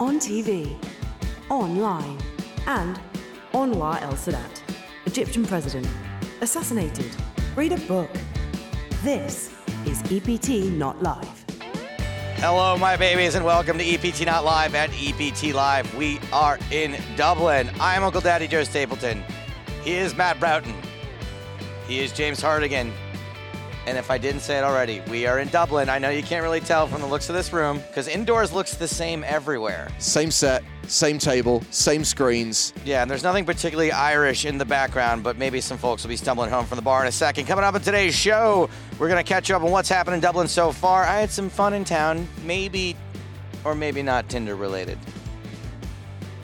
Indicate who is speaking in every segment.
Speaker 1: on TV, online, and Anwar el Sadat, Egyptian president, assassinated. Read a book. This is EPT Not Live.
Speaker 2: Hello, my babies, and welcome to EPT Not Live at EPT Live. We are in Dublin. I'm Uncle Daddy Joe Stapleton. He is Matt Broughton. He is James Hardigan. And if I didn't say it already, we are in Dublin. I know you can't really tell from the looks of this room because indoors looks the same everywhere.
Speaker 3: Same set, same table, same screens.
Speaker 2: Yeah, and there's nothing particularly Irish in the background, but maybe some folks will be stumbling home from the bar in a second. Coming up on today's show, we're going to catch up on what's happened in Dublin so far. I had some fun in town, maybe or maybe not Tinder related.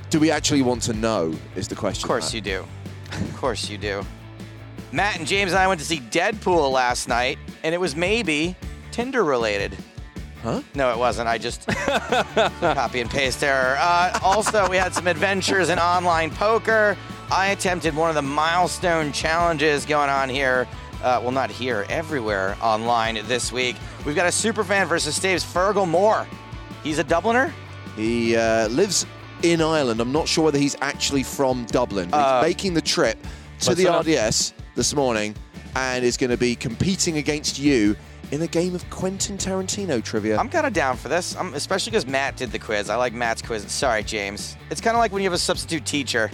Speaker 3: Do we actually want to know? Is the question.
Speaker 2: Of course you do. Of course you do. Matt and James and I went to see Deadpool last night, and it was maybe Tinder related.
Speaker 3: Huh?
Speaker 2: No, it wasn't. I just copy and paste error. Uh, also, we had some adventures in online poker. I attempted one of the milestone challenges going on here. Uh, well, not here, everywhere online this week. We've got a super fan versus Staves, Fergal Moore. He's a Dubliner.
Speaker 3: He uh, lives in Ireland. I'm not sure whether he's actually from Dublin. But
Speaker 2: Uh,
Speaker 3: he's making the trip to the
Speaker 4: Listen up.
Speaker 3: RDS this morning, and is going to be competing against you in a game of Quentin Tarantino trivia.
Speaker 2: I'm kind of down for this, i especially because Matt did the quiz. I like Matt's quiz. Sorry, James. It's kind of like when you have a substitute teacher.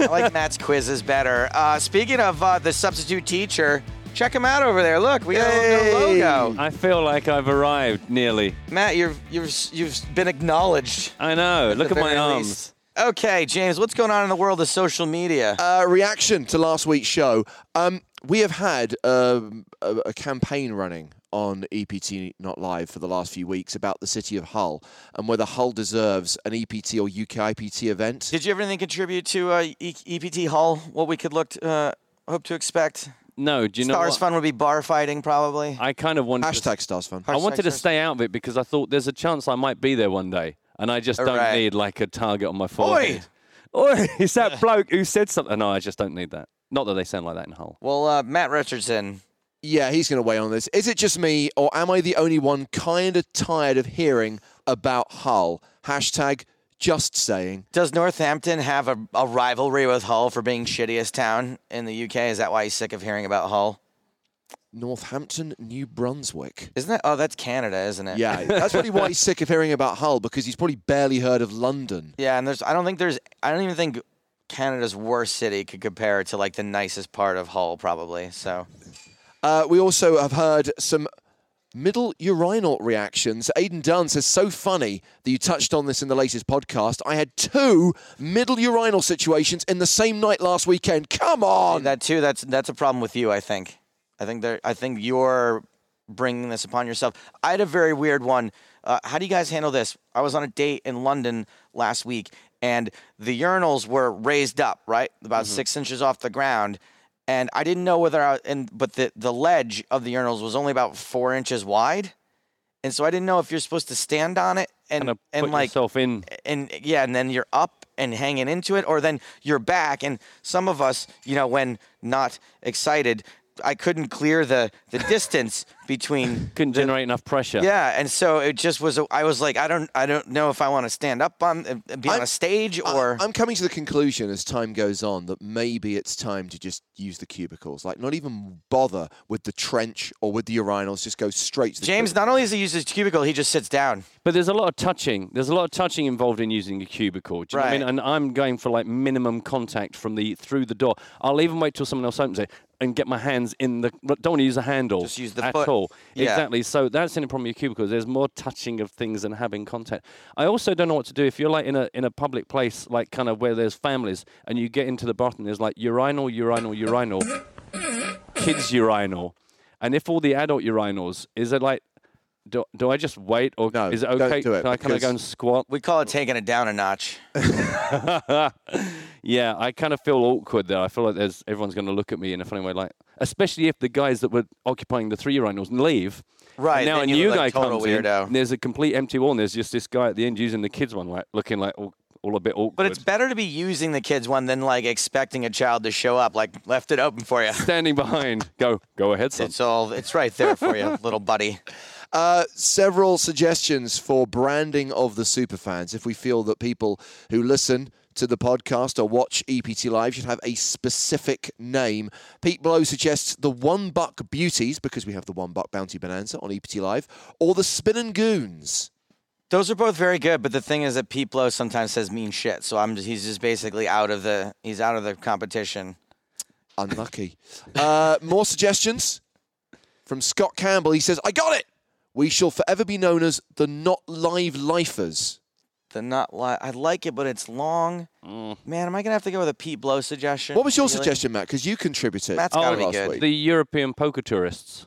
Speaker 2: I like Matt's quizzes better. Uh, speaking of uh, the substitute teacher, check him out over there. Look, we got a little
Speaker 3: Hey.
Speaker 2: logo.
Speaker 4: I feel like I've arrived nearly.
Speaker 2: Matt, you've you've you've been acknowledged.
Speaker 4: I know. Look at
Speaker 2: the
Speaker 4: my
Speaker 2: very
Speaker 4: arms.
Speaker 2: least. Okay, James, what's going on in the world of social media?
Speaker 3: uh, reaction to last week's show. Um, we have had um, a, a campaign running on EPT Not Live for the last few weeks about the city of Hull and whether Hull deserves an EPT or UK IPT event.
Speaker 2: Did you have anything contribute to uh, e- EPT Hull? What we could look to, uh, hope to expect?
Speaker 4: No, do you know
Speaker 2: Stars
Speaker 4: what?
Speaker 2: Fun would be bar fighting, probably.
Speaker 4: I kind of wanted. To,
Speaker 3: Hashtag Stars Fun.
Speaker 4: I wanted to stay out of it because I thought there's a chance I might be there one day, and I just don't
Speaker 2: Alright.
Speaker 4: need like a target on my forehead. Oi! It's that bloke who said something. No, I just don't need that. Not that they sound like that in Hull.
Speaker 2: Well, uh, Matt Richardson.
Speaker 3: Yeah, he's going to weigh on this. Is it just me, or am I the only one kind of tired of hearing about Hull? Hashtag just saying.
Speaker 2: Does Northampton have a, a rivalry with Hull for being shittiest town in the UK? Is that why he's sick of hearing about Hull?
Speaker 3: Northampton, New Brunswick.
Speaker 2: Isn't that? Oh, that's Canada, isn't it?
Speaker 3: Yeah, that's probably why he's sick of hearing about Hull because he's probably barely heard of London.
Speaker 2: Yeah, and there's. I don't think there's. I don't even think Canada's worst city could compare to like the nicest part of Hull, probably. So
Speaker 3: Uh, we also have heard some middle urinal reactions. Aidan Dunn says, so funny that you touched on this in the latest podcast. I had two middle urinal situations in the same night last weekend. Come on!
Speaker 2: Oh, that too. That's that's a problem with you. I think. I think there. I think you're bringing this upon yourself. I had a very weird one. Uh, how do you guys handle this? I was on a date in London last week, and the urinals were raised up, right, about six inches off the ground, and I didn't know whether I and but the the ledge of the urinals was only about four inches wide, and so I didn't know if you're supposed to stand on it and
Speaker 4: Kind of
Speaker 2: and,
Speaker 4: put
Speaker 2: like
Speaker 4: yourself in.
Speaker 2: and yeah, and then you're up and hanging into it, or then you're back. And some of us, you know, when not excited, I couldn't clear the the distance between.
Speaker 4: Couldn't generate enough pressure.
Speaker 2: Yeah, and so it just was. a- I was like, I don't, I don't know if I want to stand up on, uh, be on
Speaker 3: I'm-
Speaker 2: a stage
Speaker 3: I-
Speaker 2: or.
Speaker 3: I'm coming to the conclusion as time goes on that maybe it's time to just use the cubicles, like not even bother with the trench or with the urinals, just go straight to the
Speaker 2: James, not only does he use his cubicle, he just sits down.
Speaker 4: But there's a lot of touching. There's a lot of touching involved in using a cubicle. Do you know what I
Speaker 2: Right.
Speaker 4: mean? And I'm going for like minimum contact from the through the door. I'll even wait till someone else opens it and get my hands in the. but Don't want to use a handle.
Speaker 2: Just use the
Speaker 4: at
Speaker 2: foot.
Speaker 4: all.
Speaker 2: Yeah.
Speaker 4: Exactly. So that's the only problem with cubicles. There's more touching of things than having contact. I also don't know what to do if you're like in a in a public place, like kind of where there's families, and you get into the bathroom. There's like urinal, urinal, urinal, kids urinal, and if all the adult urinals is it like. Do, do I just wait, or
Speaker 3: No,
Speaker 4: is it
Speaker 3: don't
Speaker 4: okay?
Speaker 3: do it,
Speaker 4: Can I kind of
Speaker 3: because-
Speaker 4: go and squat?
Speaker 2: We call it taking it down a notch.
Speaker 4: yeah, I kind of feel awkward there. I feel like there's everyone's going to look at me in a funny way, like especially if the guys that were occupying the three urinals leave. and
Speaker 2: Right,
Speaker 4: now a
Speaker 2: then you
Speaker 4: new
Speaker 2: look
Speaker 4: guy
Speaker 2: like total
Speaker 4: comes in.
Speaker 2: weirdo.
Speaker 4: And there's a complete empty wall, and there's just this guy at the end using the kids one, like looking like all, all a bit awkward.
Speaker 2: But it's better to be using the kids one than like expecting a child to show up. Like left it open for you.
Speaker 4: standing behind. Go, go ahead, son.
Speaker 2: It's all. It's right there for you, little buddy.
Speaker 3: Uh, several suggestions for branding of the superfans. If we feel that people who listen to the podcast or watch EPT Live should have a specific name. Pete Blow suggests the One Buck Beauties, because we have the One Buck Bounty Bonanza on EPT Live, or the Spin and Goons.
Speaker 2: Those are both very good, but the thing is that Pete Blow sometimes says mean shit, so I'm just, he's just basically out of the he's out of the competition.
Speaker 3: Unlucky. uh, more suggestions from Scott Campbell. He says, I got it. We shall forever be known as the Not Live Lifers.
Speaker 2: The not li- I like it, but it's long.
Speaker 4: Mm.
Speaker 2: Man, am I gonna have to go with a Pete Blow suggestion?
Speaker 3: What was your
Speaker 2: Really?
Speaker 3: suggestion, Matt? Because you contributed.
Speaker 2: Matt's gotta be
Speaker 3: last
Speaker 2: good.
Speaker 3: week.
Speaker 4: Oh, The European poker tourists.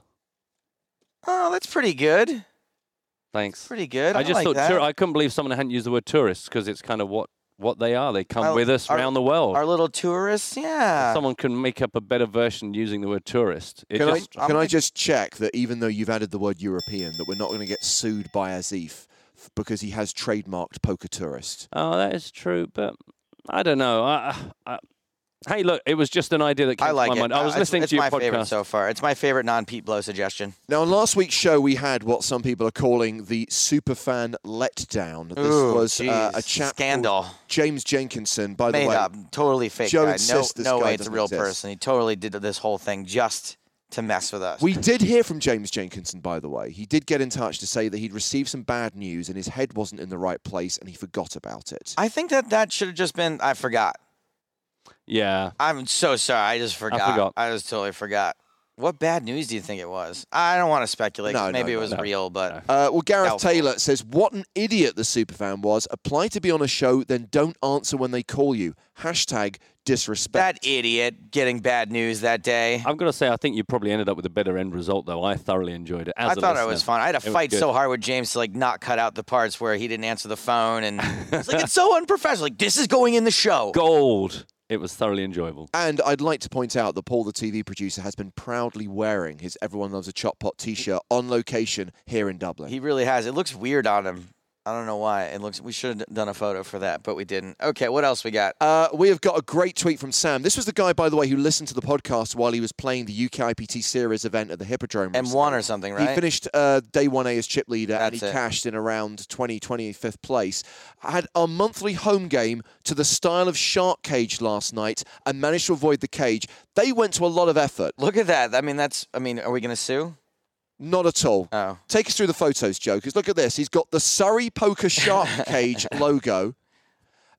Speaker 2: Oh, that's pretty good.
Speaker 4: Thanks.
Speaker 2: Pretty good. I,
Speaker 4: I just
Speaker 2: like
Speaker 4: thought
Speaker 2: that.
Speaker 4: tour- I couldn't believe someone hadn't used the word tourists because it's kind of what what they are. They come
Speaker 2: Our-
Speaker 4: with us
Speaker 2: our-
Speaker 4: around the world.
Speaker 2: Our little tourists, yeah.
Speaker 4: someone can make up a better version using the word tourist. It
Speaker 3: Can,
Speaker 4: just,
Speaker 3: I, can I just check that even though you've added the word European, that we're not going to get sued by Azif f- because he has trademarked poker tourist?
Speaker 4: Oh, that is true, but I don't know. I, I, I- hey, look, it was just an idea that came
Speaker 2: I like
Speaker 4: to my
Speaker 2: it.
Speaker 4: mind. I
Speaker 2: Uh,
Speaker 4: was
Speaker 2: it's-
Speaker 4: listening
Speaker 2: it's
Speaker 4: to your
Speaker 2: my favorite
Speaker 4: podcast.
Speaker 2: so far. It's my favorite non Pete Blow suggestion.
Speaker 3: Now, on last week's show, we had what some people are calling the superfan letdown. This
Speaker 2: Ooh,
Speaker 3: was uh,
Speaker 2: jeez.
Speaker 3: a chap called
Speaker 2: Scandal.
Speaker 3: James Jenkinson, by the
Speaker 2: Made
Speaker 3: way.
Speaker 2: up, totally fake
Speaker 3: Joe
Speaker 2: guy. No,
Speaker 3: insists this
Speaker 2: no
Speaker 3: guy
Speaker 2: way, it's a
Speaker 3: doesn't
Speaker 2: real
Speaker 3: exist.
Speaker 2: person. He totally did this whole thing just to mess with us.
Speaker 3: We did hear from James Jenkinson, by the way. He did get in touch to say that he'd received some bad news and his head wasn't in the right place and he forgot about it.
Speaker 2: I think that that should have just been. I forgot.
Speaker 4: Yeah.
Speaker 2: I'm so sorry. I just forgot.
Speaker 4: forgot.
Speaker 2: just totally forgot. What bad news do you think it was? I don't want to speculate. 'cause
Speaker 3: No, no,
Speaker 2: Maybe
Speaker 3: no,
Speaker 2: it was
Speaker 4: no.
Speaker 2: real, but
Speaker 3: Uh, well, Gareth
Speaker 2: Doubtful.
Speaker 3: Taylor says, "What an idiot the superfan was. Apply to be on a show, then don't answer when they call you. Hashtag
Speaker 2: that
Speaker 3: disrespect.
Speaker 2: idiot getting bad news that day.
Speaker 4: I've got to say, I think you probably ended up with a better end result, though. I thoroughly enjoyed it. As
Speaker 2: I
Speaker 4: a
Speaker 2: thought it
Speaker 4: listener.
Speaker 2: was fun. I had to
Speaker 4: It was
Speaker 2: fight
Speaker 4: good.
Speaker 2: so hard with James to like not cut out the parts where he didn't answer the phone, and it's like it's so unprofessional. Like this is going in the show.
Speaker 4: Gold. It was thoroughly enjoyable.
Speaker 3: and I'd like to point out that Paul, the TV producer, has been proudly wearing his "Everyone Loves a Chop Pot" T-shirt on location here in Dublin.
Speaker 2: He really has. It looks weird on him. I don't know why. It looks. We should have done a photo for that, but we didn't. Okay, what else we got?
Speaker 3: Uh, we have got a great tweet from Sam. This was the guy, by the way, who listened to the podcast while he was playing the UK IPT Series event at the Hippodrome.
Speaker 2: M
Speaker 3: recently.
Speaker 2: one or something, right?
Speaker 3: He finished uh, day 1A as chip leader and he
Speaker 2: That's it.
Speaker 3: cashed in around 20, 25th place. Had our monthly home game to the style of Shark Cage last night and managed to avoid the cage. They went to a lot of effort.
Speaker 2: Look at that. I mean, that's. I mean, are we gonna sue?
Speaker 3: Not at all.
Speaker 2: Oh.
Speaker 3: Take us through the photos, Joe, 'cause look at this. He's got the Surrey Poker Shark Cage logo.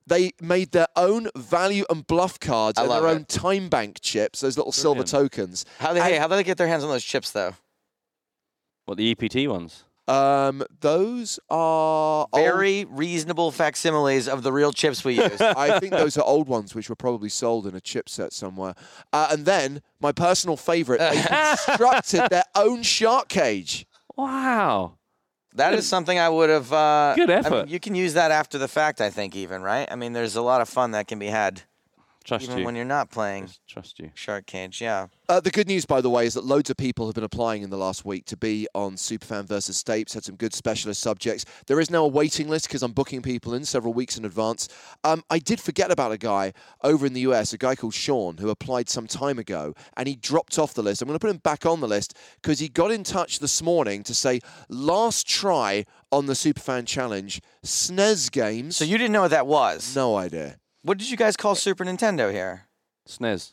Speaker 3: They made their own value and bluff cards and their
Speaker 2: love
Speaker 3: own time bank chips, those little silver tokens.
Speaker 2: How they hey, how do they get their hands on those chips though?
Speaker 4: What, the EPT ones?
Speaker 3: Um, those are
Speaker 4: Oh.
Speaker 3: old-
Speaker 2: Very reasonable facsimiles of the real chips we use.
Speaker 3: I think those are old ones, which were probably sold in a chipset somewhere. Uh, and then my personal favourite, they constructed their own shark cage.
Speaker 4: Wow.
Speaker 2: that is something I would have. Uh,
Speaker 4: Good
Speaker 2: I mean,
Speaker 4: effort.
Speaker 2: you can use that after the fact, I think, even right. I mean, there's a lot of fun that can be had
Speaker 4: Trust
Speaker 2: even
Speaker 4: you.
Speaker 2: when you're not playing
Speaker 4: Trust you.
Speaker 2: Shark Cage. Yeah.
Speaker 3: Uh, the good news, by the way, is that loads of people have been applying in the last week to be on Superfan versus Stapes. Had some good specialist subjects. There is now a waiting list because I'm booking people in several weeks in advance. Um, I did forget about a guy over in the US, a guy called Sean, who applied some time ago, and he dropped off the list. I'm going to put him back on the list because he got in touch this morning to say last try on the Superfan Challenge, SNES games.
Speaker 2: So you didn't know what that was.
Speaker 3: no idea.
Speaker 2: What did you guys call Super Nintendo here?
Speaker 4: SNES.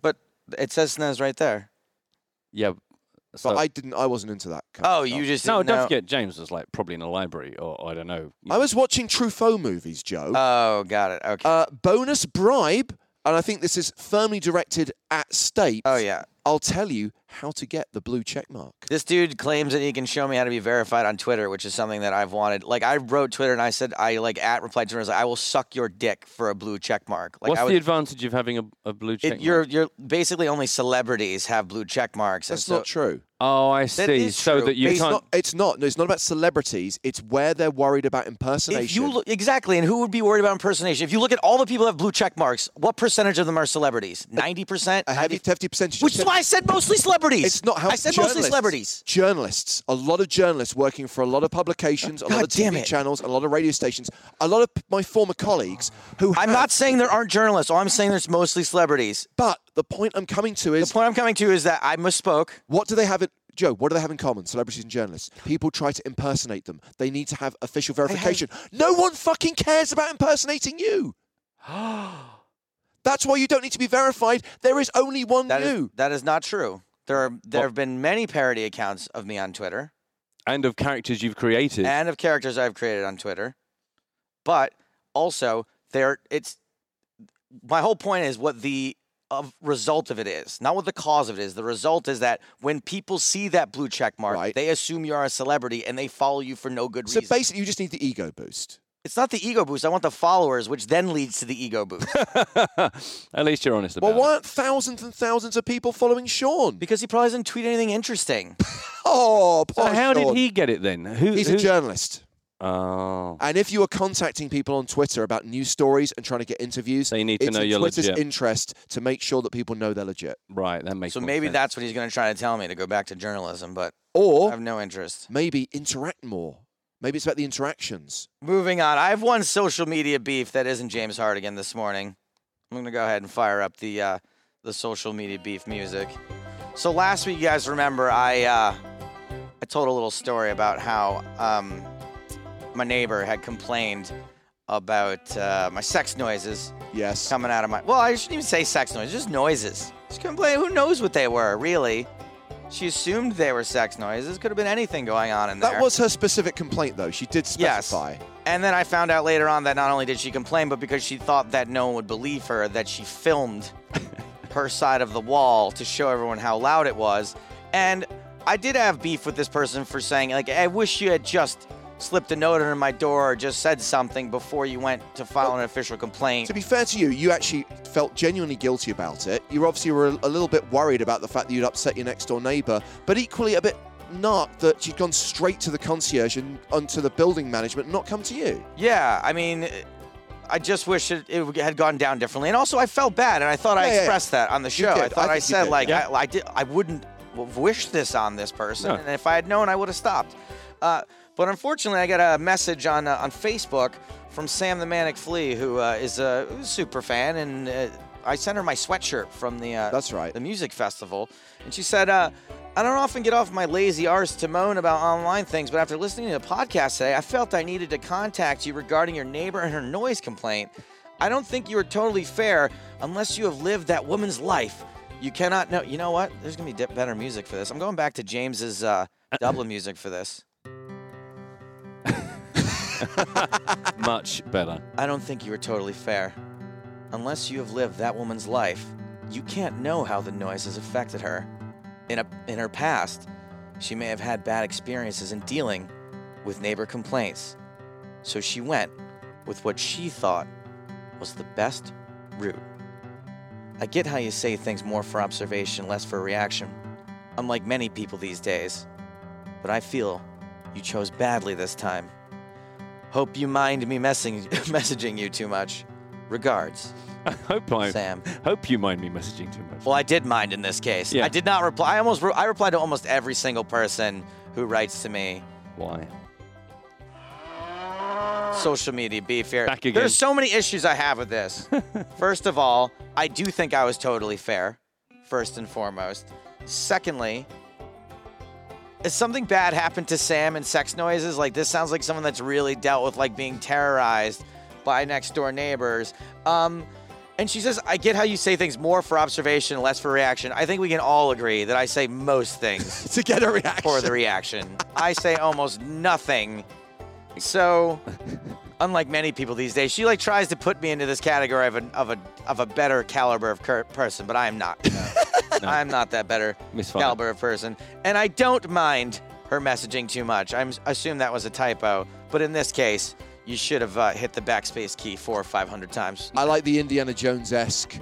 Speaker 2: But it says SNES right there.
Speaker 4: Yeah.
Speaker 3: But
Speaker 4: So,
Speaker 3: I didn't. I wasn't into that. kind of
Speaker 2: Oh,
Speaker 3: stuff.
Speaker 2: you just
Speaker 4: no,
Speaker 2: didn't
Speaker 4: don't
Speaker 2: know-
Speaker 4: forget, James was like probably in a library or, I don't know.
Speaker 3: I was watching Truffaut movies, Joe.
Speaker 2: Oh, got it. Okay.
Speaker 3: Uh, bonus bribe, and I think this is firmly directed at state.
Speaker 2: oh yeah.
Speaker 3: I'll tell you how to get the blue check mark.
Speaker 2: This dude claims that he can show me how to be verified on Twitter, which is something that I've wanted. Like I wrote Twitter and I said I like at replied to him I was like I will suck your dick for a blue check mark. Like
Speaker 4: What's
Speaker 2: I
Speaker 4: the
Speaker 2: would,
Speaker 4: advantage of having a, a blue check?
Speaker 2: it,
Speaker 4: mark?
Speaker 2: you're you're basically only celebrities have blue check marks. and
Speaker 3: That's
Speaker 2: so- um,
Speaker 3: not true.
Speaker 4: Oh, I see.
Speaker 2: is
Speaker 4: so
Speaker 2: true.
Speaker 4: that you
Speaker 3: it's
Speaker 4: can't.
Speaker 3: not. It's not. No, it's not about celebrities. It's where they're worried about impersonation.
Speaker 2: If you look, exactly, and who would be worried about impersonation? If you look at all the people that have blue check marks, what percentage of them are celebrities? Ninety percent.
Speaker 3: a heavy, hefty percentage. of
Speaker 2: Which is
Speaker 3: check-
Speaker 2: why I said mostly celebrities.
Speaker 3: It's not how
Speaker 2: I said
Speaker 3: journalists,
Speaker 2: mostly celebrities.
Speaker 3: Journalists, a lot of journalists working for a lot of publications, a lot of
Speaker 2: damn
Speaker 3: TV
Speaker 2: it.
Speaker 3: channels, a lot of radio stations, a lot of p- my former colleagues who.
Speaker 2: I'm
Speaker 3: have-
Speaker 2: not saying there aren't journalists. All I'm saying there's mostly celebrities.
Speaker 3: But the point I'm coming to
Speaker 2: The
Speaker 3: is,
Speaker 2: point I'm coming to is that I misspoke.
Speaker 3: what do they have? In, Joe, what do they have in common? Celebrities and journalists. People try to impersonate them. They need to have official verification. No one fucking cares about impersonating you. That's why you don't need to be verified. There is only one
Speaker 2: That is,
Speaker 3: you.
Speaker 2: that is not true. There are there have been many parody accounts of me on Twitter
Speaker 4: and of characters you've created.
Speaker 2: and of characters I've created on Twitter, but also there it's my whole point is what the of result of it is, not what the cause of it is. The result is that when people see that blue check mark,
Speaker 3: Right.
Speaker 2: they assume you're a celebrity and they follow you for no good
Speaker 3: So
Speaker 2: reason.
Speaker 3: basically, you just need the ego boost.
Speaker 2: It's not the ego boost. I want the followers, which then leads to the ego boost
Speaker 4: At least you're honest about
Speaker 3: Well, why
Speaker 4: it.
Speaker 3: aren't thousands and thousands of people following Sean?
Speaker 2: because he probably doesn't tweet anything interesting.
Speaker 3: Oh,
Speaker 4: So
Speaker 3: poor
Speaker 4: how
Speaker 3: Sean.
Speaker 4: did he get it then? Who,
Speaker 3: He's
Speaker 4: who-
Speaker 3: a journalist.
Speaker 4: Oh.
Speaker 3: And if you are contacting people on Twitter about news stories and trying to get interviews,
Speaker 4: They need to
Speaker 3: it's
Speaker 4: know
Speaker 3: in
Speaker 4: you're
Speaker 3: Twitter's
Speaker 4: legit.
Speaker 3: interest to make sure that people know they're legit.
Speaker 4: Right, that makes
Speaker 2: So
Speaker 4: more
Speaker 2: maybe
Speaker 4: sense.
Speaker 2: that's what he's going to try to tell me to go back to journalism, but I
Speaker 3: Or
Speaker 2: have no interest.
Speaker 3: maybe interact more. Maybe it's about the interactions.
Speaker 2: Moving on, I have one social media beef that isn't James Hardigan this morning. I'm gonna go ahead and fire up the uh, the social media beef music. So last week, you guys remember I uh, I told a little story about how um, my neighbor had complained about uh, my sex noises
Speaker 3: Yes.
Speaker 2: coming out of my. Well, I shouldn't even say sex noises, just noises. Just complain. Who knows what they were really? She assumed they were sex noises. Could have been anything going on in there.
Speaker 3: That was her specific complaint, though. She did
Speaker 2: Yes.
Speaker 3: specify.
Speaker 2: And then I found out later on that not only did she complain, but because she thought that no one would believe her, that she filmed her side of the wall to show everyone how loud it was. And I did have beef with this person for saying, like, I wish you had just slipped a note under my door or just said something before you went to file an official complaint.
Speaker 3: To be fair to you, you actually felt genuinely guilty about it. You obviously were a little bit worried about the fact that you'd upset your next door neighbour, but equally a bit narked that she'd gone straight to the concierge and onto the building management and not come to you.
Speaker 2: Yeah, I mean, I just wish it, it had gone down differently. And also, I felt bad, and I thought I
Speaker 3: Yeah, yeah.
Speaker 2: expressed that on the
Speaker 3: You
Speaker 2: show.
Speaker 3: did.
Speaker 2: I thought
Speaker 3: I
Speaker 2: I,
Speaker 3: think you
Speaker 2: said
Speaker 3: did.
Speaker 2: like
Speaker 3: Yeah.
Speaker 2: I, I did. I wouldn't w- wish this on this person,
Speaker 4: No.
Speaker 2: and if I had known, I would have stopped. Uh, but unfortunately, I got a message on uh, on Facebook from Sam the Manic Flea, who uh, is a super fan, and uh, I sent her my sweatshirt from the uh,
Speaker 3: That's right.
Speaker 2: the music festival, and she said. Uh, I don't often get off my lazy arse to moan about online things, but after listening to the podcast today, I felt I needed to contact you regarding your neighbor and her noise complaint. I don't think you are totally fair unless you have lived that woman's life. You cannot know. You know what? There's gonna be di- better music for this. I'm going back to James's uh, Dublin music for this.
Speaker 4: much better.
Speaker 2: I don't think you are totally fair. Unless you have lived that woman's life, you can't know how the noise has affected her. In, a, in her past, she may have had bad experiences in dealing with neighbor complaints. So she went with what she thought was the best route. I get how you say things more for observation, less for reaction, unlike many people these days. But I feel you chose badly this time. Hope you mind me messing, messaging you too much. Regards,
Speaker 4: Hope I
Speaker 2: Sam.
Speaker 4: hope you mind me messaging too much.
Speaker 2: Well, I did mind in this case.
Speaker 4: Yeah.
Speaker 2: I did not reply. I almost re- I replied to almost every single person who writes to me.
Speaker 4: Why?
Speaker 2: Social media beef here.
Speaker 4: Back again.
Speaker 2: There's so many issues I have with this. first of all, I do think I was totally fair. First and foremost. Secondly, if something bad happened to Sam and sex noises, like this sounds like someone that's really dealt with like being terrorized by next door neighbors. Um, and she says, I get how you say things more for observation, less for reaction. I think we can all agree that I say most things
Speaker 3: To get a reaction.
Speaker 2: for the reaction. I say almost nothing. So, unlike many people these days, she like tries to put me into this category of a of a of a better caliber of cur- person, but I am not. I'm not that better
Speaker 4: Misfired.
Speaker 2: caliber of person, and I don't mind her messaging too much. I'm assume that was a typo, but in this case, you should have uh, hit the backspace key four or five hundred times.
Speaker 3: I like the Indiana Jones esque.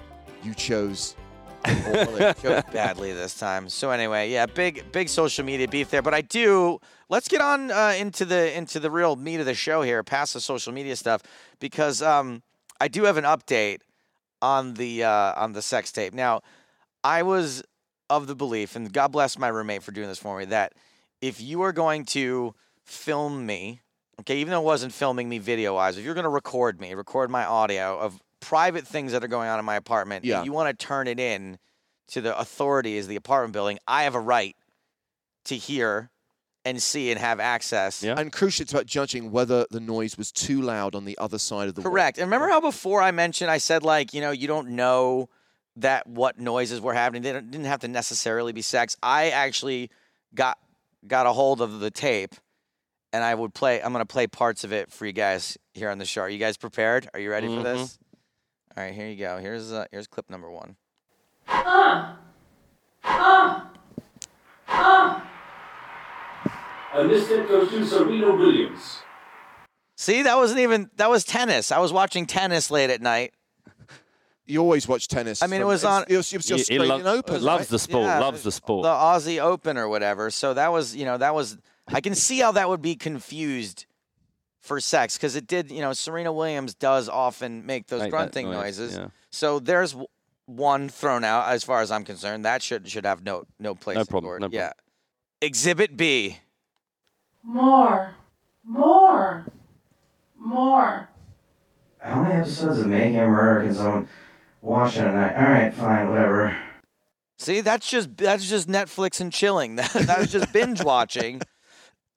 Speaker 3: You chose.
Speaker 2: chose badly this time. So anyway, yeah, big big social media beef there. But I do. Let's get on uh, into the into the real meat of the show here, past the social media stuff, because um, I do have an update on the uh, on the sex tape. Now, I was of the belief, and God bless my roommate for doing this for me, that if you are going to film me, okay, even though it wasn't filming me video wise, if you're going to record me, record my audio of private things that are going on in my apartment,
Speaker 3: Yeah.
Speaker 2: you want to turn it in to the authorities, the apartment building, I have a right to hear and see and have access.
Speaker 4: Yeah.
Speaker 3: And crucially, it's about judging whether the noise was too loud on the other side of the wall.
Speaker 2: Correct. And remember how before I mentioned I said like you know you don't know that what noises were happening. They don't- didn't have to necessarily be sex. I actually got got a hold of the tape, and I would play. I'm gonna play parts of it for you guys here on the show. Are you guys prepared? Are you ready for this? All right, here you go. Here's uh, here's clip number one.
Speaker 5: And this tip goes to Serena Williams.
Speaker 2: See, that wasn't even that was tennis. I was watching tennis late at night.
Speaker 3: You always watch tennis.
Speaker 2: I mean, it
Speaker 3: from-
Speaker 2: was
Speaker 3: it's-
Speaker 2: on-
Speaker 3: It was, it was
Speaker 4: He-
Speaker 3: your
Speaker 4: he
Speaker 3: Australian
Speaker 4: lo-
Speaker 3: Open.
Speaker 4: loves
Speaker 3: right?
Speaker 4: the sport.
Speaker 2: Yeah,
Speaker 4: loves the sport.
Speaker 2: the Aussie Open or whatever. So that was, you know, that was. I can see how that would be confused for sex because it did, you know, Serena Williams does often make those
Speaker 4: Make that
Speaker 2: grunting
Speaker 4: noise,
Speaker 2: noises.
Speaker 4: yeah.
Speaker 2: So there's w- one thrown out as far as I'm concerned. That should should have no no place. in
Speaker 4: problem,
Speaker 2: court.
Speaker 4: no problem.
Speaker 2: Yeah. Exhibit B.
Speaker 6: More. More. More.
Speaker 7: How many episodes of Making a Murder can someone watch in a night? All right, fine, whatever.
Speaker 2: See, that's just that's just Netflix and chilling. That, that's just binge watching.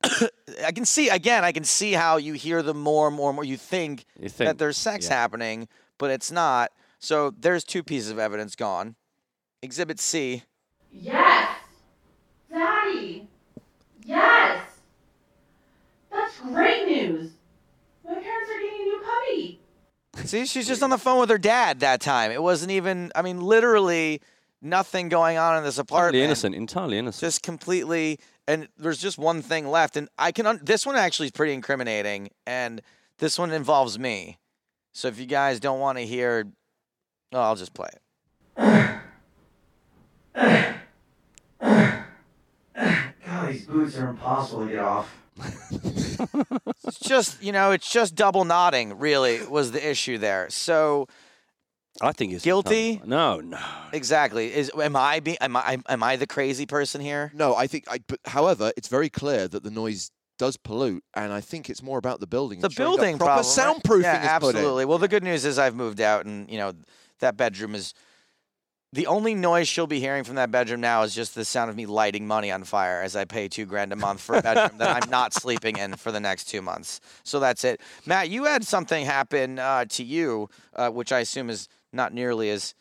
Speaker 2: I can see again. I can see how you hear them more, and more, and more. You think,
Speaker 4: You
Speaker 2: that
Speaker 4: think,
Speaker 2: there's sex
Speaker 4: yeah.
Speaker 2: happening, but it's not. So there's two pieces of evidence gone. Exhibit C.
Speaker 6: Yes. Daddy. Yes. That's great news. My parents are getting a new puppy.
Speaker 2: See, she's just on the phone with her dad that time. It wasn't even. I mean, literally nothing going on in this apartment.
Speaker 4: entirely innocent. Entirely innocent.
Speaker 2: just completely and there's just one thing left and i can un- this one actually is pretty incriminating and this one involves me so if you guys don't want to hear oh, i'll just play it
Speaker 7: God, these boots are impossible to get off.
Speaker 2: it's just you know it's just double nodding really was the issue there so
Speaker 4: I think it's
Speaker 2: Guilty?
Speaker 4: entirely- No, no.
Speaker 2: exactly is am i be am i am i the crazy person here
Speaker 3: No, I think. I, but however, it's very clear that the noise does pollute, and I think it's more about the building.
Speaker 2: the
Speaker 3: It's showing that
Speaker 2: building
Speaker 3: proper
Speaker 2: problem, right?
Speaker 3: soundproofing
Speaker 2: yeah,
Speaker 3: is put in.
Speaker 2: absolutely well the good news is i've moved out and you know that bedroom is the only noise she'll be hearing from that bedroom now is just the sound of me lighting money on fire as i pay two grand a month for a bedroom that i'm not sleeping in for the next two months so that's it matt you had something happen uh, to you uh, which i assume is not nearly as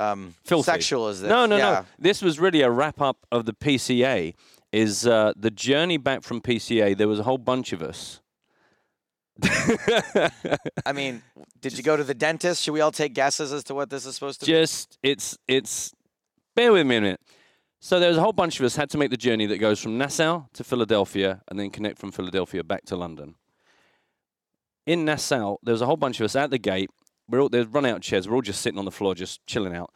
Speaker 2: um,
Speaker 4: Filthy.
Speaker 2: sexual as this
Speaker 4: No, no,
Speaker 2: yeah.
Speaker 4: no. This was really a wrap up of the PCA. Is uh, the journey back from PCA? There was a whole bunch of us.
Speaker 2: i mean did you go to the dentist should we all take guesses as to what this is supposed to be
Speaker 4: Just it's it's. Bear with me a minute. So there was a whole bunch of us had to make the journey that goes from Nassau to Philadelphia and then connect from Philadelphia back to London. In Nassau, there was a whole bunch of us at the gate. We're all there's run out chairs. We're all just sitting on the floor, just chilling out.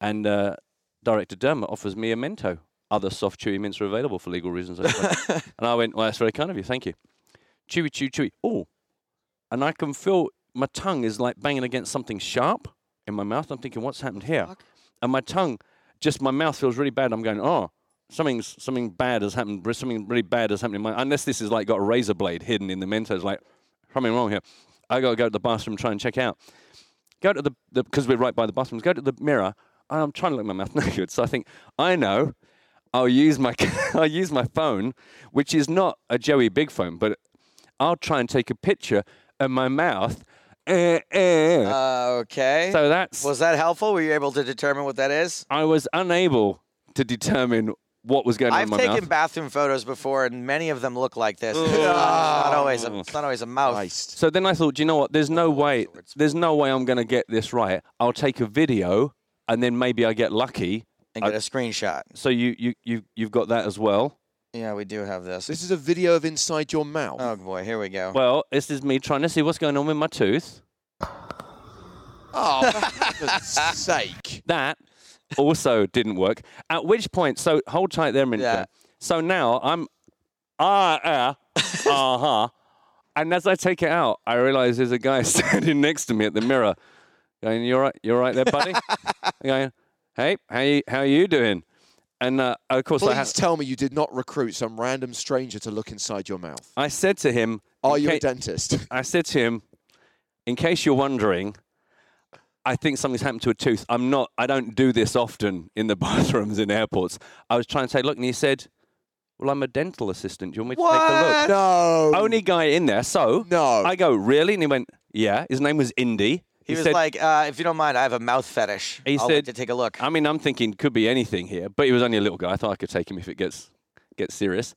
Speaker 4: And uh, director Dermot offers me a Mento. Other soft chewy mints are available for legal reasons. I suppose. and I went, well, that's very kind of you. Thank you. Chewy, chew, chewy. Oh, and I can feel my tongue is like banging against something sharp in my mouth. I'm thinking, what's happened here? And my tongue, just my mouth feels really bad. I'm going, oh, something's something bad has happened. Something really bad has happened. In my, unless this is like got a razor blade hidden in the Mentos, like something wrong here. I gotta go to the bathroom, try and check out. Go to the because we're right by the bathrooms. Go to the mirror. And I'm trying to look my mouth naked, so I think I know. I'll use my I'll use my phone, which is not a Joey Big phone, but I'll try and take a picture of my mouth. Eh, eh.
Speaker 2: Uh, okay
Speaker 4: so that's
Speaker 2: Was that helpful? Were you able to determine what that is?
Speaker 4: I was unable to determine what was going on
Speaker 2: I've
Speaker 4: in my
Speaker 2: taken
Speaker 4: mouth.
Speaker 2: bathroom photos before, and many of them look like this. It's not always a, it's not always a mouth.
Speaker 4: so then I thought, "Do you know what? There's no way. There's no way I'm going to get this right. I'll take a video, and then maybe I get lucky.
Speaker 2: And get a screenshot.
Speaker 4: So you you you you've got that as well.
Speaker 2: Yeah, we do have this.
Speaker 3: This is a video of inside your mouth.
Speaker 2: Oh boy, here we go.
Speaker 4: Well, this is me trying to see what's going on with my tooth.
Speaker 3: Oh, for goodness sake!
Speaker 4: That also didn't work. At which point, so hold tight there a minute.
Speaker 2: Yeah.
Speaker 4: Jack. So now I'm ah ah ah ha, and as I take it out, I realise there's a guy standing next to me at the mirror, going, "You're right, you're right there, buddy." I'm going, "Hey, how you how you doing?" And uh, of course, I, ha-
Speaker 3: Please tell me you did not recruit some random stranger to look inside your mouth.
Speaker 4: I said to him,
Speaker 3: Are
Speaker 4: "In
Speaker 3: you a
Speaker 4: ca-
Speaker 3: dentist?
Speaker 4: I said to him, in case you're wondering, I think something's happened to a tooth. I'm not, I don't do this often in the bathrooms in airports. I was trying to say, look, and he said, Well, I'm a dental assistant. Do you want me to
Speaker 2: What?
Speaker 4: take a look?
Speaker 3: No.
Speaker 4: Only guy in there. So
Speaker 3: No.
Speaker 4: I go, really? And he went, yeah. His name was Indy.
Speaker 2: He, was
Speaker 4: said,
Speaker 2: like, uh, if you don't mind, I have a mouth fetish.
Speaker 4: He
Speaker 2: I'll
Speaker 4: said-
Speaker 2: like to take a look.
Speaker 4: I mean, I'm thinking could be anything here, but he was only a little guy. I thought I could take him if it gets gets serious.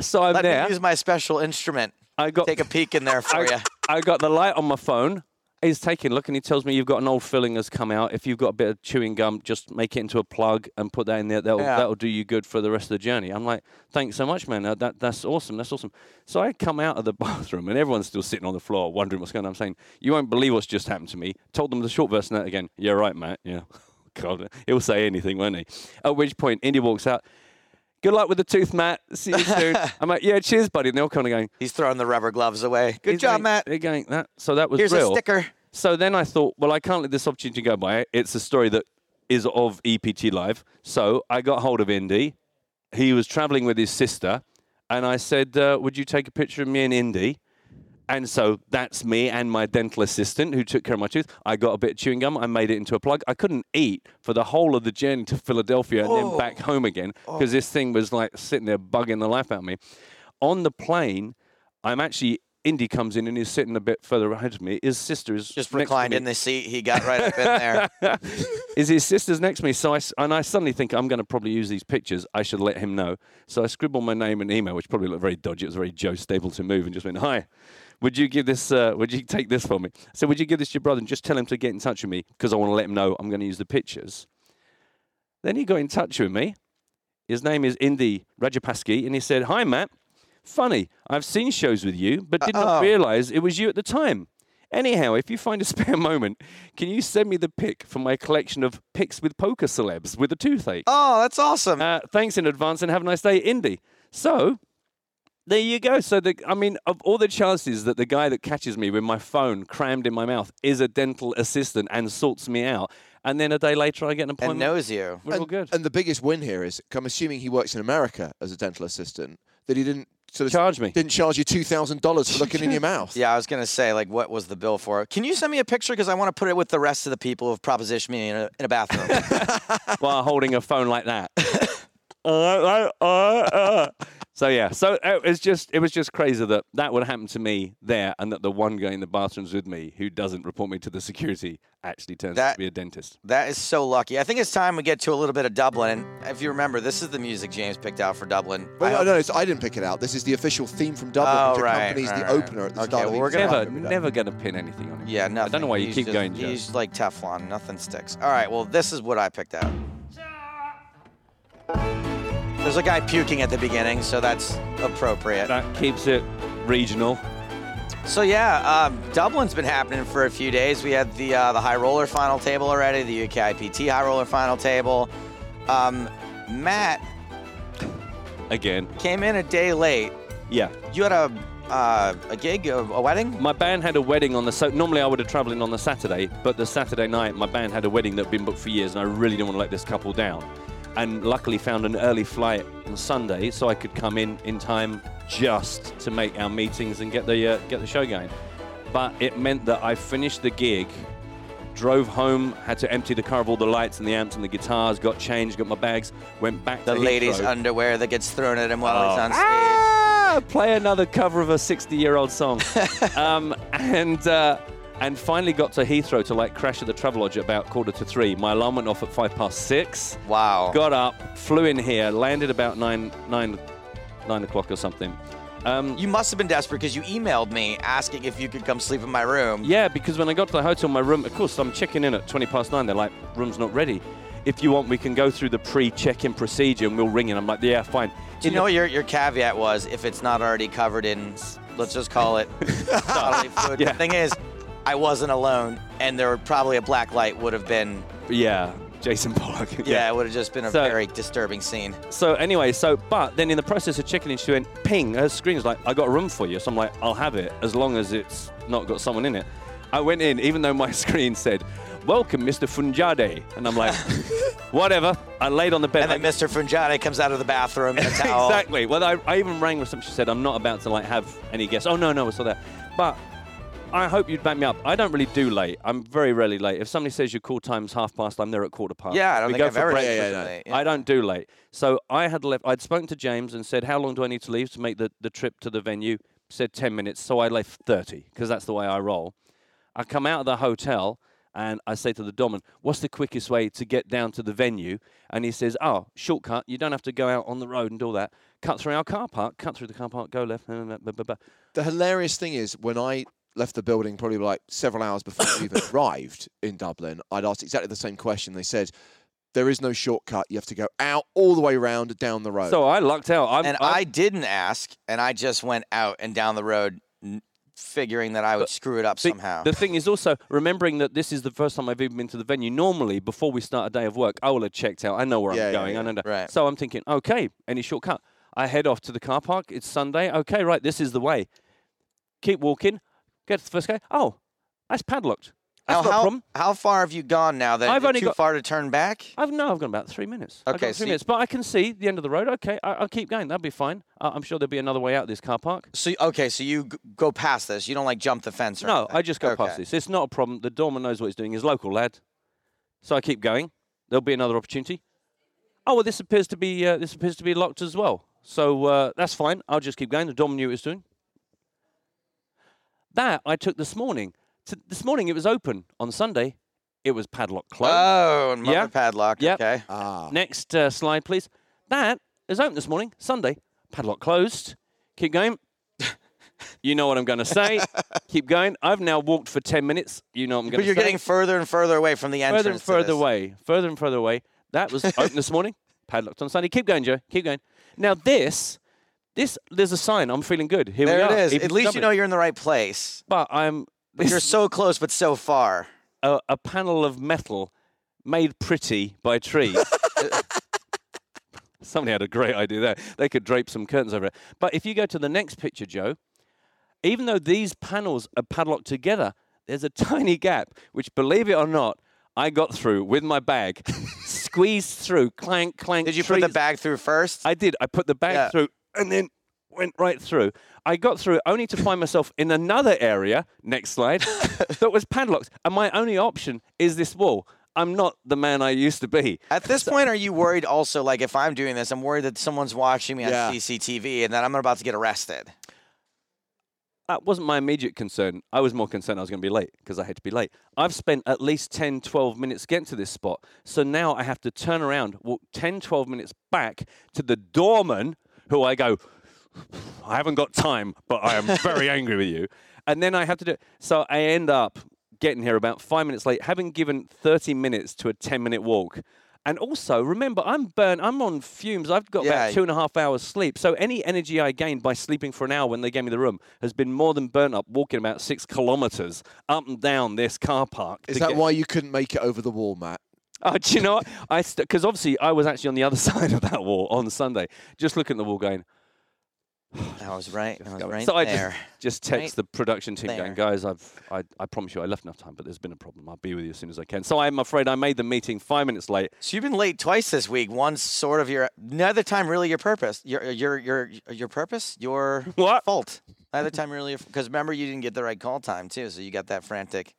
Speaker 4: So I'm
Speaker 2: Let
Speaker 4: there.
Speaker 2: me use my special instrument.
Speaker 4: I got
Speaker 2: Take a peek in there for you.
Speaker 4: I, I got the light on my phone. He's taking a look and he tells me you've got an old filling that's come out. If you've got a bit of chewing gum, just make it into a plug and put that in there. That'll
Speaker 2: Yeah.
Speaker 4: that'll do you good for the rest of the journey. I'm like, thanks so much, man. That, that that's awesome. That's awesome. So I come out of the bathroom and everyone's still sitting on the floor wondering what's going on. I'm saying, you won't believe what's just happened to me. Told them the short version of that again. Yeah, right, Matt. Yeah. God, he'll say anything, won't he? At which point, Indy walks out. Good luck with the tooth, Matt. See you soon. I'm like, yeah, cheers, buddy. And they're all kind of going,
Speaker 2: He's throwing the rubber gloves away. Good
Speaker 4: He's
Speaker 2: job,
Speaker 4: going-
Speaker 2: Matt.
Speaker 4: They're going that. So that was
Speaker 2: Here's
Speaker 4: real.
Speaker 2: a sticker.
Speaker 4: So then I thought, well, I can't let this opportunity go by. It's a story that is of EPT Live. So I got hold of Indy. He was traveling with his sister. And I said, uh, would you take a picture of me and Indy? And so that's me and my dental assistant who took care of my tooth. I got a bit of chewing gum. I made it into a plug. I couldn't eat for the whole of the journey to Philadelphia and then back home again because this thing was like sitting there bugging the life out of me. On the plane, I'm actually, Indy comes in and he's sitting a bit further ahead of me. His sister is
Speaker 2: Just
Speaker 4: next to
Speaker 2: reclined
Speaker 4: me.
Speaker 2: in the seat. He got right up in there.
Speaker 4: is his sister's next to me. So I s and I suddenly think I'm going to probably use these pictures. I should let him know. So I scribble my name and email, which probably looked very dodgy. It was a very Joe Stapleton move, and just went, "Hi, would you give this? Uh, would you take this for me?" So would you give this to your brother and just tell him to get in touch with me because I want to let him know I'm going to use the pictures. Then he got in touch with me. His name is Indy Rajapaski, and he said, "Hi, Matt. Funny, I've seen shows with you, but did not
Speaker 2: Uh-oh.
Speaker 4: realize it was you at the time. Anyhow, if you find a spare moment, can you send me the pic from my collection of pics with poker celebs with a toothache?
Speaker 2: Oh, that's awesome.
Speaker 4: Uh, thanks in advance and have a nice day, Indy. So, there you go. So, the, I mean, of all the chances that the guy that catches me with my phone crammed in my mouth is a dental assistant and sorts me out, and then a day later I get an
Speaker 2: and
Speaker 4: appointment,
Speaker 2: knows you.
Speaker 4: we're all good.
Speaker 3: And the biggest win here is, I'm assuming he works in America as a dental assistant, that he didn't sort of
Speaker 4: Charge me.
Speaker 3: didn't charge you two thousand dollars for looking in your mouth.
Speaker 2: Yeah, I was gonna say, like, what was the bill for? it? Can you send me a picture because I want to put it with the rest of the people who've propositioned me in a, in a bathroom?
Speaker 4: while holding a phone like that. Uh, uh, uh, uh. So yeah, so uh, it's just it was just crazy that that would happen to me there, and that the one guy in the bathrooms with me who doesn't report me to the security actually turns out
Speaker 2: That-
Speaker 4: to be a dentist.
Speaker 2: that is so lucky. I think it's time we get to a little bit of Dublin. And if you remember, this is the music James picked out for Dublin. I
Speaker 4: Oh,
Speaker 3: Well, no,
Speaker 2: hope-
Speaker 3: no, it's, I didn't pick it out. This is the official theme from Dublin,
Speaker 2: Oh,
Speaker 3: which
Speaker 2: right,
Speaker 3: accompanies
Speaker 2: right,
Speaker 3: the
Speaker 2: right.
Speaker 3: opener at the
Speaker 2: Okay,
Speaker 3: start of
Speaker 2: well, we're
Speaker 3: each
Speaker 2: gonna-
Speaker 3: song
Speaker 4: Never,
Speaker 2: Never-
Speaker 3: every day.
Speaker 4: never gonna pin anything on him.
Speaker 2: Yeah, nothing.
Speaker 4: know why you
Speaker 2: He's
Speaker 4: keep
Speaker 2: just-
Speaker 4: going, Joe.
Speaker 2: He's like Teflon. Nothing sticks. All right. Well, this is what I picked out. There's a guy puking at the beginning, so that's appropriate.
Speaker 4: That keeps it regional.
Speaker 2: So yeah, um, Dublin's been happening for a few days. We had the uh, the high roller final table already, the UKIPT high roller final table. Um, Matt
Speaker 4: Again,
Speaker 2: came in a day late.
Speaker 4: yeah.
Speaker 2: You had a uh, a gig, a, a wedding.
Speaker 4: My band had a wedding on the so normally I would have travelled in on the Saturday, but the Saturday night my band had a wedding that had been booked for years, and I really didn't want to let this couple down. And luckily found an early flight on Sunday, so I could come in in time just to make our meetings and get the uh, get the show going. But it meant that I finished the gig, drove home, had to empty the car of all the lights and the amps and the guitars, got changed, got my bags, went back
Speaker 2: The
Speaker 4: to
Speaker 2: lady's
Speaker 4: Heathrow.
Speaker 2: underwear that gets thrown at him while he's on stage.
Speaker 4: Ah, play another cover of a 60-year-old song. um, and uh, and finally got to Heathrow to like crash at the Travelodge at about quarter to three. My alarm went off at five past six.
Speaker 2: Wow.
Speaker 4: Got up, flew in here, landed about nine nine nine o'clock or something. Um,
Speaker 2: You must have been desperate because you emailed me asking if you could come sleep in my room.
Speaker 4: yeah, because when I got to the hotel, my room, of course, I'm checking in at 20 past nine. They're like, room's not ready. If you want, we can go through the pre-check-in procedure and we'll ring in. I'm like, yeah, fine.
Speaker 2: Do you
Speaker 4: In
Speaker 2: know
Speaker 4: the-
Speaker 2: what your, your caveat was? If it's not already covered in, let's just call it bodily fluid.
Speaker 4: Yeah.
Speaker 2: The thing is, I wasn't alone, and there were probably a black light would have been.
Speaker 4: yeah, Jason Pollock.
Speaker 2: Yeah, it would have just been a
Speaker 4: So-
Speaker 2: very disturbing scene.
Speaker 4: So anyway, so but then in the process of checking in, she went ping. Her screen's like, I got a room for you. So I'm like, I'll have it as long as it's not got someone in it. I went in, even though my screen said, "Welcome, Mr. Funjade," and I'm like, whatever. I laid on the bed.
Speaker 2: And then
Speaker 4: I-
Speaker 2: Mr. Frangiotti comes out of the bathroom in a towel.
Speaker 4: exactly. Well, I, I even rang reception. She said, "I'm not about to like have any guests." Oh no, no, I saw that. But I hope you'd back me up. I don't really do late. I'm very rarely late. If somebody says your call time's half past, I'm there at quarter past.
Speaker 2: Yeah, I don't
Speaker 4: we
Speaker 2: think
Speaker 4: go
Speaker 2: I've
Speaker 4: for
Speaker 2: ever
Speaker 4: breakfast.
Speaker 2: yeah, yeah, yeah.
Speaker 4: I don't do late. So I had left. I'd spoken to James and said, "How long do I need to leave to make the, the trip to the venue?" Said ten minutes. So I left thirty because that's the way I roll. I come out of the hotel and I say to the doorman, "What's the quickest way to get down to the venue?" And he says, "Oh, shortcut. You don't have to go out on the road and do all that. Cut through our car park. Cut through the car park. Go left." blah, blah, blah, blah, blah."
Speaker 3: The hilarious thing is when I left the building, probably like several hours before I even arrived in Dublin, I'd asked exactly the same question. They said, "There is no shortcut. You have to go out all the way round down the road."
Speaker 4: So I lucked out. I'm,
Speaker 2: and
Speaker 4: I'm-
Speaker 2: I didn't ask, and I just went out and down the road, n- figuring that I would screw it up
Speaker 4: The-
Speaker 2: somehow.
Speaker 4: The thing is also remembering that this is the first time I've even been to the venue. Normally, before we start a day of work, I will have checked out. I know where
Speaker 3: Yeah, yeah,
Speaker 4: I'm going.
Speaker 3: yeah,
Speaker 4: I know that.
Speaker 2: right.
Speaker 4: So I'm thinking, okay, any shortcut? I head off to the car park. It's Sunday. Okay, right, this is the way. Keep walking. Get to the first guy. Oh, that's padlocked.
Speaker 2: now,
Speaker 4: That's not a
Speaker 2: how,
Speaker 4: problem.
Speaker 2: how far have you gone now? That
Speaker 4: I've
Speaker 2: you're
Speaker 4: only
Speaker 2: too
Speaker 4: got-
Speaker 2: far to turn back.
Speaker 4: I've no, I've got about three minutes. I've
Speaker 2: Okay,
Speaker 4: got
Speaker 2: so
Speaker 4: three
Speaker 2: you-
Speaker 4: minutes, but I can see the end of the road. Okay, I, I'll keep going. That'll be fine. Uh, I'm sure there'll be another way out of this car park.
Speaker 2: So y- okay, so you g- go past this. You don't like jump the fence or
Speaker 4: No,
Speaker 2: anything.
Speaker 4: I just go past
Speaker 2: Okay.
Speaker 4: this. It's not a problem. The doorman knows what he's doing. He's local, lad. So I keep going. There'll be another opportunity. Oh well, this appears to be uh, this appears to be locked as well. So uh, that's fine. I'll just keep going. The doorman knew what he was doing. That I took this morning. T- this morning it was open. On Sunday, it was padlock closed.
Speaker 2: Oh, and mother
Speaker 4: Yeah.
Speaker 2: padlock.
Speaker 4: Yep.
Speaker 2: Okay.
Speaker 3: ah,
Speaker 4: Next uh, slide, please. That is open this morning, Sunday. Padlock closed. Keep going. you know what I'm going to say. Keep going. I've now walked for 10 minutes. You know what I'm going
Speaker 2: But
Speaker 4: to say.
Speaker 2: you're getting further and further away from the entrance.
Speaker 4: further and
Speaker 2: to
Speaker 4: further
Speaker 2: this.
Speaker 4: away. Further and further away. That was open this morning, padlocked on Sunday. Keep going, Joe. Keep going. Now, this, this, there's a sign. I'm feeling good. Here
Speaker 2: There
Speaker 4: we
Speaker 2: it
Speaker 4: are.
Speaker 2: is.
Speaker 4: Even
Speaker 2: At least you
Speaker 4: Dublin.
Speaker 2: know you're in the right place.
Speaker 4: But I'm.
Speaker 2: But you're
Speaker 4: this-
Speaker 2: so close, but so far.
Speaker 4: a, a panel of metal made pretty by trees. Somebody had a great idea there. They could drape some curtains over it. But if you go to the next picture, Joe, even though these panels are padlocked together, there's a tiny gap, which, believe it or not, I got through with my bag, squeezed through, clank, clank.
Speaker 2: Did you put the
Speaker 4: trees-
Speaker 2: bag through first?
Speaker 4: I did. I put the bag
Speaker 2: Yeah.
Speaker 4: through and then went right through. I got through only to find myself in another area, next slide, that was padlocked. And my only option is this wall. I'm not the man I used to be.
Speaker 2: At this point, are you worried also? Like, if I'm doing this, I'm worried that someone's watching me on
Speaker 3: Yeah.
Speaker 2: CCTV and that I'm about to get arrested.
Speaker 4: That wasn't my immediate concern. I was more concerned I was going to be late because I had to be late. I've spent at least 10, 12 minutes getting to this spot. So now I have to turn around, walk 10, 12 minutes back to the doorman who I go, I haven't got time, but I am very angry with you. And then I have to do it. So I end up getting here about five minutes late, having given 30 minutes to a 10 minute walk. And also, remember, I'm burnt, I'm on fumes. I've got
Speaker 2: Yeah.
Speaker 4: about two and a half hours sleep. So any energy I gained by sleeping for an hour when they gave me the room has been more than burnt up walking about six kilometers up and down this car park.
Speaker 3: is
Speaker 4: to
Speaker 3: that
Speaker 4: get-
Speaker 3: why you couldn't make it over the wall, Matt?
Speaker 4: Oh, do you know what? I because obviously I was actually on the other side of that wall on Sunday, just looking at the wall going,
Speaker 2: I was right. I was right
Speaker 4: so I
Speaker 2: there.
Speaker 4: just, just text
Speaker 2: Right
Speaker 4: the production team
Speaker 2: there.
Speaker 4: going, guys, I've, I, I promise you I left enough time, but there's been a problem. I'll be with you as soon as I can. So I'm afraid I made the meeting five minutes late.
Speaker 2: so you've been late twice this week. Once sort of your, another time really your purpose, your your your your purpose, your
Speaker 4: What?
Speaker 2: fault. Another time really because remember you didn't get the right call time too, so you got that frantic.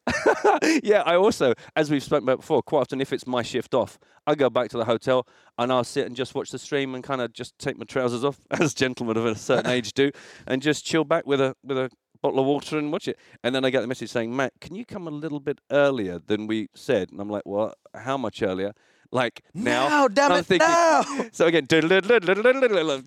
Speaker 4: yeah, I also, as we've spoken about before, quite often if it's my shift off, I go back to the hotel and I'll sit and just watch the stream and kind of just take my trousers off, as gentlemen of a certain age do, and just chill back with a with a bottle of water and watch it. And then I get the message saying, Matt, can you come a little bit earlier than we said? And I'm like, well, how much earlier? Like now?
Speaker 2: No, damn
Speaker 4: And I'm
Speaker 2: it, no!
Speaker 4: So again,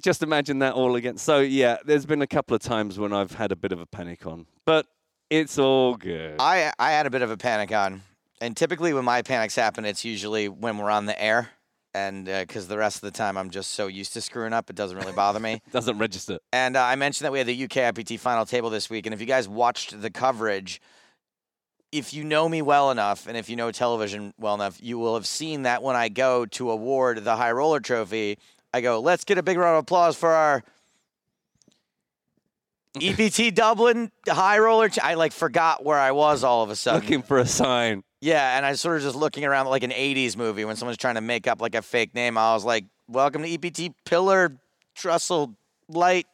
Speaker 4: just imagine that all again. So yeah, there's been a couple of times when I've had a bit of a panic on, but it's all good.
Speaker 2: I I had a bit of a panic on, and typically when my panics happen, it's usually when we're on the air, and because the rest of the time I'm just so used to screwing up, it doesn't really bother me.
Speaker 4: Doesn't register.
Speaker 2: And uh, I mentioned that we had the UK IPT final table this week. And if you guys watched the coverage, if you know me well enough and if you know television well enough, you will have seen that when I go to award the High Roller Trophy, I go, let's get a big round of applause for our EPT Dublin High Roller. Ch-" I like forgot where I was all of a sudden.
Speaker 4: looking for a sign.
Speaker 2: Yeah, and I was sort of just looking around like an '80s movie when someone's trying to make up like a fake name. I was like, "Welcome E to EPT Pillar Trussell Light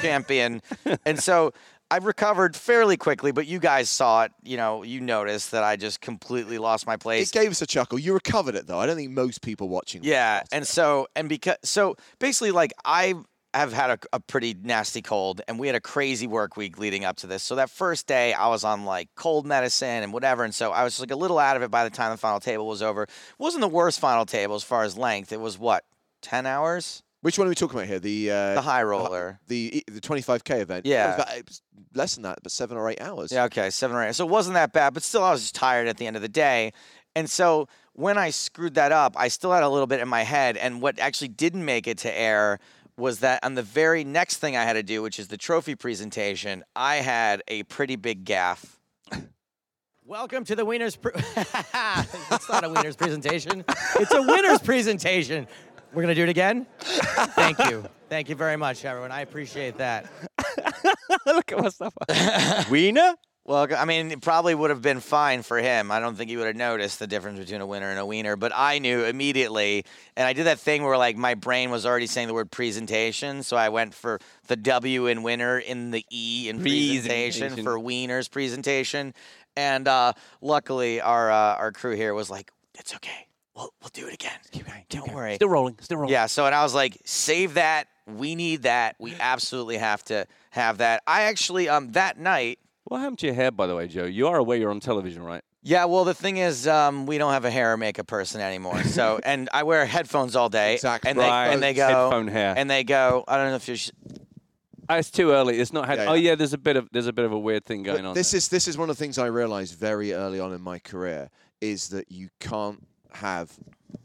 Speaker 2: Champion," and so I've recovered fairly quickly, but you guys saw it. You know, you noticed that I just completely lost my place.
Speaker 3: It gave us a chuckle. You recovered it though. I don't think most people watching.
Speaker 2: Yeah, and so and because so basically, like I have had a, a pretty nasty cold, and we had a crazy work week leading up to this. So that first day, I was on like cold medicine and whatever, and so I was like a little out of it by the time the final table was over. wasn't the worst final table as far as length. It was what ten hours.
Speaker 3: Which one are we talking about here? The uh,
Speaker 2: The high roller.
Speaker 3: the the 25k event.
Speaker 2: Yeah.
Speaker 3: it was, about, it was less than that, but seven or eight hours.
Speaker 2: Yeah, okay, seven or eight. So it wasn't that bad, but still, I was just tired at the end of the day. And so when I screwed that up, I still had a little bit in my head. And what actually didn't make it to air was that on the very next thing I had to do, which is the trophy presentation, I had a pretty big gaff.
Speaker 8: Welcome to the Wiener's. Pre- it's not a Wiener's presentation. It's a winner's presentation. We're gonna do it again. Thank you. Thank you very much, everyone. I appreciate that.
Speaker 4: Look at Mustafa. Wiener?
Speaker 2: Well, I mean, it probably would have been fine for him. I don't think he would have noticed the difference between a winner and a wiener, but I knew immediately. And I did that thing where, like, my brain was already saying the word presentation. So I went for the W in winner in the E in presentation
Speaker 4: Presentation.
Speaker 2: for wiener's presentation. And uh, luckily, our, uh, our crew here was like, it's okay. We'll, we'll do it again. Don't worry.
Speaker 4: Still rolling. Still rolling.
Speaker 2: Yeah. So, and I was like, save that. We need that. We absolutely have to have that. I actually, um, that night,
Speaker 4: What happened to your hair, by the way, Joe? You are aware you're on television, right?
Speaker 2: yeah, well, the thing is, um, we don't have a hair or makeup person anymore. So, and I wear headphones all day.
Speaker 3: Exactly.
Speaker 2: And they,
Speaker 4: Right.
Speaker 2: and they go,
Speaker 4: Headphone hair.
Speaker 2: And they go, I don't know if you sh-
Speaker 4: Ah, it's too early. It's not. Had-
Speaker 3: Yeah, yeah.
Speaker 4: Oh yeah, there's a bit of there's a bit of a weird thing going on.
Speaker 3: This
Speaker 4: there.
Speaker 3: is this is one of the things I realised very early on in my career is that you can't have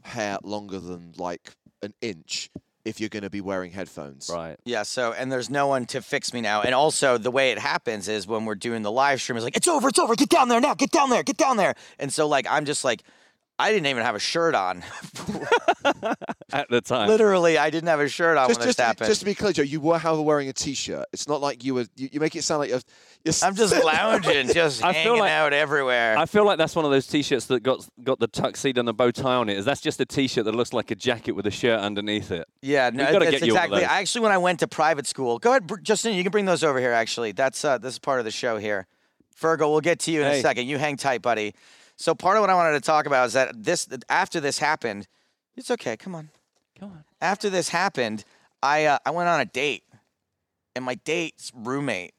Speaker 3: hair longer than like an inch if you're going to be wearing headphones.
Speaker 4: right.
Speaker 2: Yeah, so and there's no one to fix me now. And also the way it happens is when we're doing the live stream, it's like, it's over, it's over, get down there now, get down there, get down there. And so like I'm just like, I didn't even have a shirt on.
Speaker 4: At the time.
Speaker 2: Literally, I didn't have a shirt on
Speaker 3: Just,
Speaker 2: when this
Speaker 3: just,
Speaker 2: happened.
Speaker 3: just to be clear, Joe, you were, however, wearing a t-shirt. It's not like you were. You, you make it sound like you're. you're
Speaker 2: I'm just
Speaker 3: sitting-
Speaker 2: lounging, just
Speaker 4: I feel
Speaker 2: hanging
Speaker 4: like-
Speaker 2: out everywhere.
Speaker 4: I feel like that's one of those t-shirts that got got the tuxedo and the bow tie on it. Is that's just a t-shirt that looks like a jacket with a shirt underneath it?
Speaker 2: Yeah, no,
Speaker 4: gotta
Speaker 2: that's
Speaker 4: get you one of
Speaker 2: exactly.
Speaker 4: those.
Speaker 2: I actually, when I went to private school, go ahead, Br- Justin. You can bring those over here. Actually, that's uh, this is part of the show here. Fergal, we'll get to you in a
Speaker 4: Hey.
Speaker 2: second. You hang tight, buddy. So part of what I wanted to talk about is that this after this happened, it's okay. Come on,
Speaker 4: Come on.
Speaker 2: after this happened, I uh, I went on a date, and my date's roommate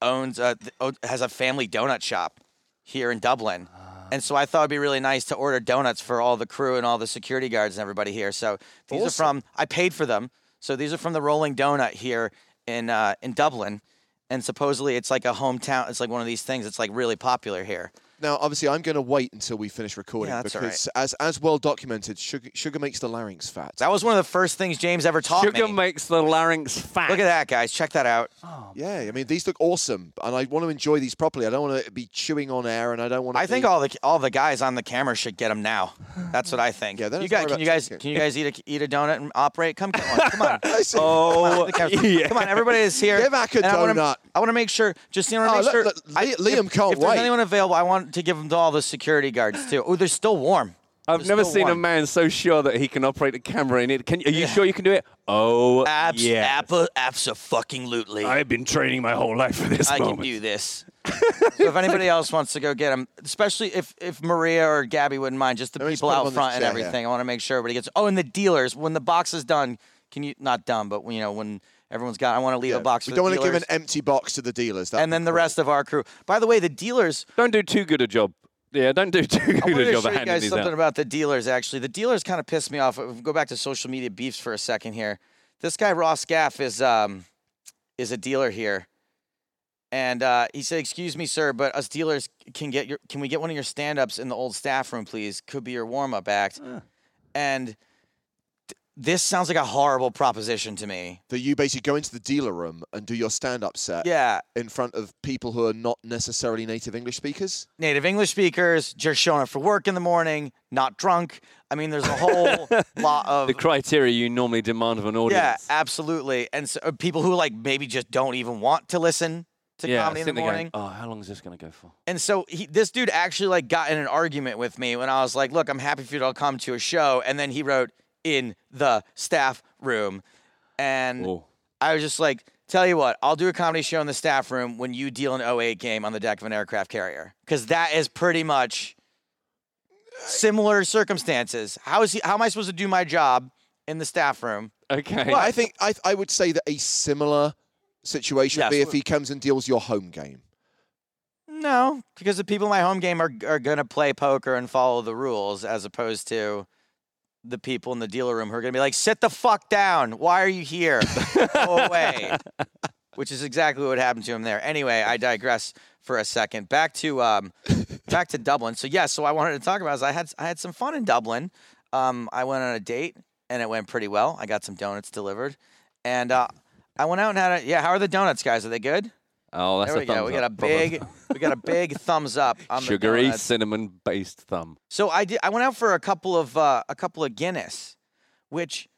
Speaker 2: owns a, th- o- has a family donut shop here in Dublin,
Speaker 4: Ah.
Speaker 2: and so I thought it'd be really nice to order donuts for all the crew and all the security guards and everybody here. So these are from I paid for them, so these are from the Rolling Donut here in uh, in Dublin, and supposedly it's like a hometown. It's like one of these things. It's like really popular here.
Speaker 3: Now, obviously, I'm going to wait until we finish recording
Speaker 2: Yeah, that's all right.
Speaker 3: because, as as well documented, sugar, sugar makes the larynx fat.
Speaker 2: That was one of the first things James ever taught
Speaker 4: Sugar
Speaker 2: me.
Speaker 4: makes the larynx fat.
Speaker 2: Look at that, guys. Check that out.
Speaker 3: yeah, I mean, these look awesome, and I want to enjoy these properly. I don't want to be chewing on air, and I don't want.
Speaker 2: I think all the all the guys on the camera should get them now. That's what I think.
Speaker 3: Yeah, then
Speaker 2: you
Speaker 3: it's not
Speaker 2: guys, can
Speaker 3: about
Speaker 2: you guys
Speaker 3: chicken.
Speaker 2: can you guys eat a, eat a donut and operate? Come come on, come on.
Speaker 4: Oh,
Speaker 2: Come on,
Speaker 4: yeah.
Speaker 2: Come on, everybody is here.
Speaker 3: Give Ak a
Speaker 2: And I wanna-
Speaker 3: donut.
Speaker 2: I want to make sure. Justine, I
Speaker 3: Oh,
Speaker 2: want to
Speaker 3: look,
Speaker 2: make sure.
Speaker 3: look,
Speaker 2: I-
Speaker 3: Li- Liam
Speaker 2: if,
Speaker 3: can't
Speaker 2: if there's
Speaker 3: wait.
Speaker 2: anyone available, I want to give them to all the security guards too. Oh, they're still warm.
Speaker 4: I've
Speaker 2: They're
Speaker 4: never
Speaker 2: still
Speaker 4: seen a
Speaker 2: warm.
Speaker 4: man so sure that he can operate a camera in it. Can you, are you sure you can do it? Oh,
Speaker 2: Abs,
Speaker 4: yeah.
Speaker 2: appa, apsa, fucking lutely.
Speaker 4: I've been training my whole life for this
Speaker 2: I
Speaker 4: moment.
Speaker 2: can do this. so if anybody else wants to go get them, especially if, if Maria or Gabby wouldn't mind, just the
Speaker 3: Let me just
Speaker 2: people
Speaker 3: put
Speaker 2: out
Speaker 3: 'em on the
Speaker 2: front and
Speaker 3: chair, yeah.
Speaker 2: everything. I want to make sure everybody gets. Oh, and the dealers. When the box is done, can you not done, but when, you know when everyone's got, I want to leave
Speaker 3: Yeah,
Speaker 2: a box.
Speaker 3: We
Speaker 2: for
Speaker 3: don't
Speaker 2: the
Speaker 3: want to give
Speaker 2: dealers,
Speaker 3: an empty box to the dealers. That
Speaker 2: And then the rest of our crew. By the way, the dealers.
Speaker 4: Don't do too good a job. Yeah, don't do too
Speaker 2: I
Speaker 4: good
Speaker 2: wanted
Speaker 4: a
Speaker 2: to
Speaker 4: job
Speaker 2: show
Speaker 4: of
Speaker 2: you
Speaker 4: handing
Speaker 2: guys
Speaker 4: these
Speaker 2: something
Speaker 4: out.
Speaker 2: about the dealers. Actually, the dealers kind of pissed me off. If we Go back to social media beefs for a second here. This guy Ross Gaff is um, is a dealer here, and uh, he said, "Excuse me, sir, but us dealers can get your can we get one of your stand ups in the old staff room, please? Could be your warm up act." And th- this sounds like a horrible proposition to me.
Speaker 3: that you basically go into the dealer room and do your stand-up set
Speaker 2: Yeah,
Speaker 3: in front of people who are not necessarily native English speakers.
Speaker 2: native English speakers just showing up for work in the morning, not drunk. I mean, there's a whole lot of
Speaker 4: The criteria you normally demand of an
Speaker 2: Yeah,
Speaker 4: audience.
Speaker 2: absolutely. And so uh, people who like maybe just don't even want to listen to
Speaker 4: yeah.
Speaker 2: comedy in the
Speaker 4: sitting there going,
Speaker 2: morning.
Speaker 4: oh, how long is this going to go for?
Speaker 2: And so he, this dude actually like got in an argument with me when I was like, "Look, I'm happy for you to all come to a show." And then he wrote in the staff room, and
Speaker 4: Oh.
Speaker 2: I was just like, Tell you what, I'll do a comedy show in the staff room when you deal an 08 game on the deck of an aircraft carrier. Because that is pretty much similar circumstances. How is he, how am I supposed to do my job in the staff room?
Speaker 4: Okay.
Speaker 3: I think I, I would say that a similar situation would be
Speaker 2: Yes.
Speaker 3: if he comes and deals your home game.
Speaker 2: No, because the people in my home game are are gonna play poker and follow the rules, as opposed to the people in the dealer room who are gonna be like, "Sit the fuck down! Why are you here? Go away!" Which is exactly what happened to him there. Anyway, I digress for a second. Back to um, back to Dublin. So yes, so I wanted to talk about is I had I had some fun in Dublin. Um, I went on a date and it went pretty well. I got some donuts delivered, and uh, I went out and had a yeah. How are the donuts, guys? Are they good?
Speaker 4: Oh, that's
Speaker 2: There we
Speaker 4: a thumbs
Speaker 2: go. We
Speaker 4: up,
Speaker 2: got a
Speaker 4: probably.
Speaker 2: big, we got a big thumbs up on the
Speaker 4: sugary
Speaker 2: donuts.
Speaker 4: cinnamon based thumb.
Speaker 2: So I did. I went out for a couple of uh, a couple of Guinness, which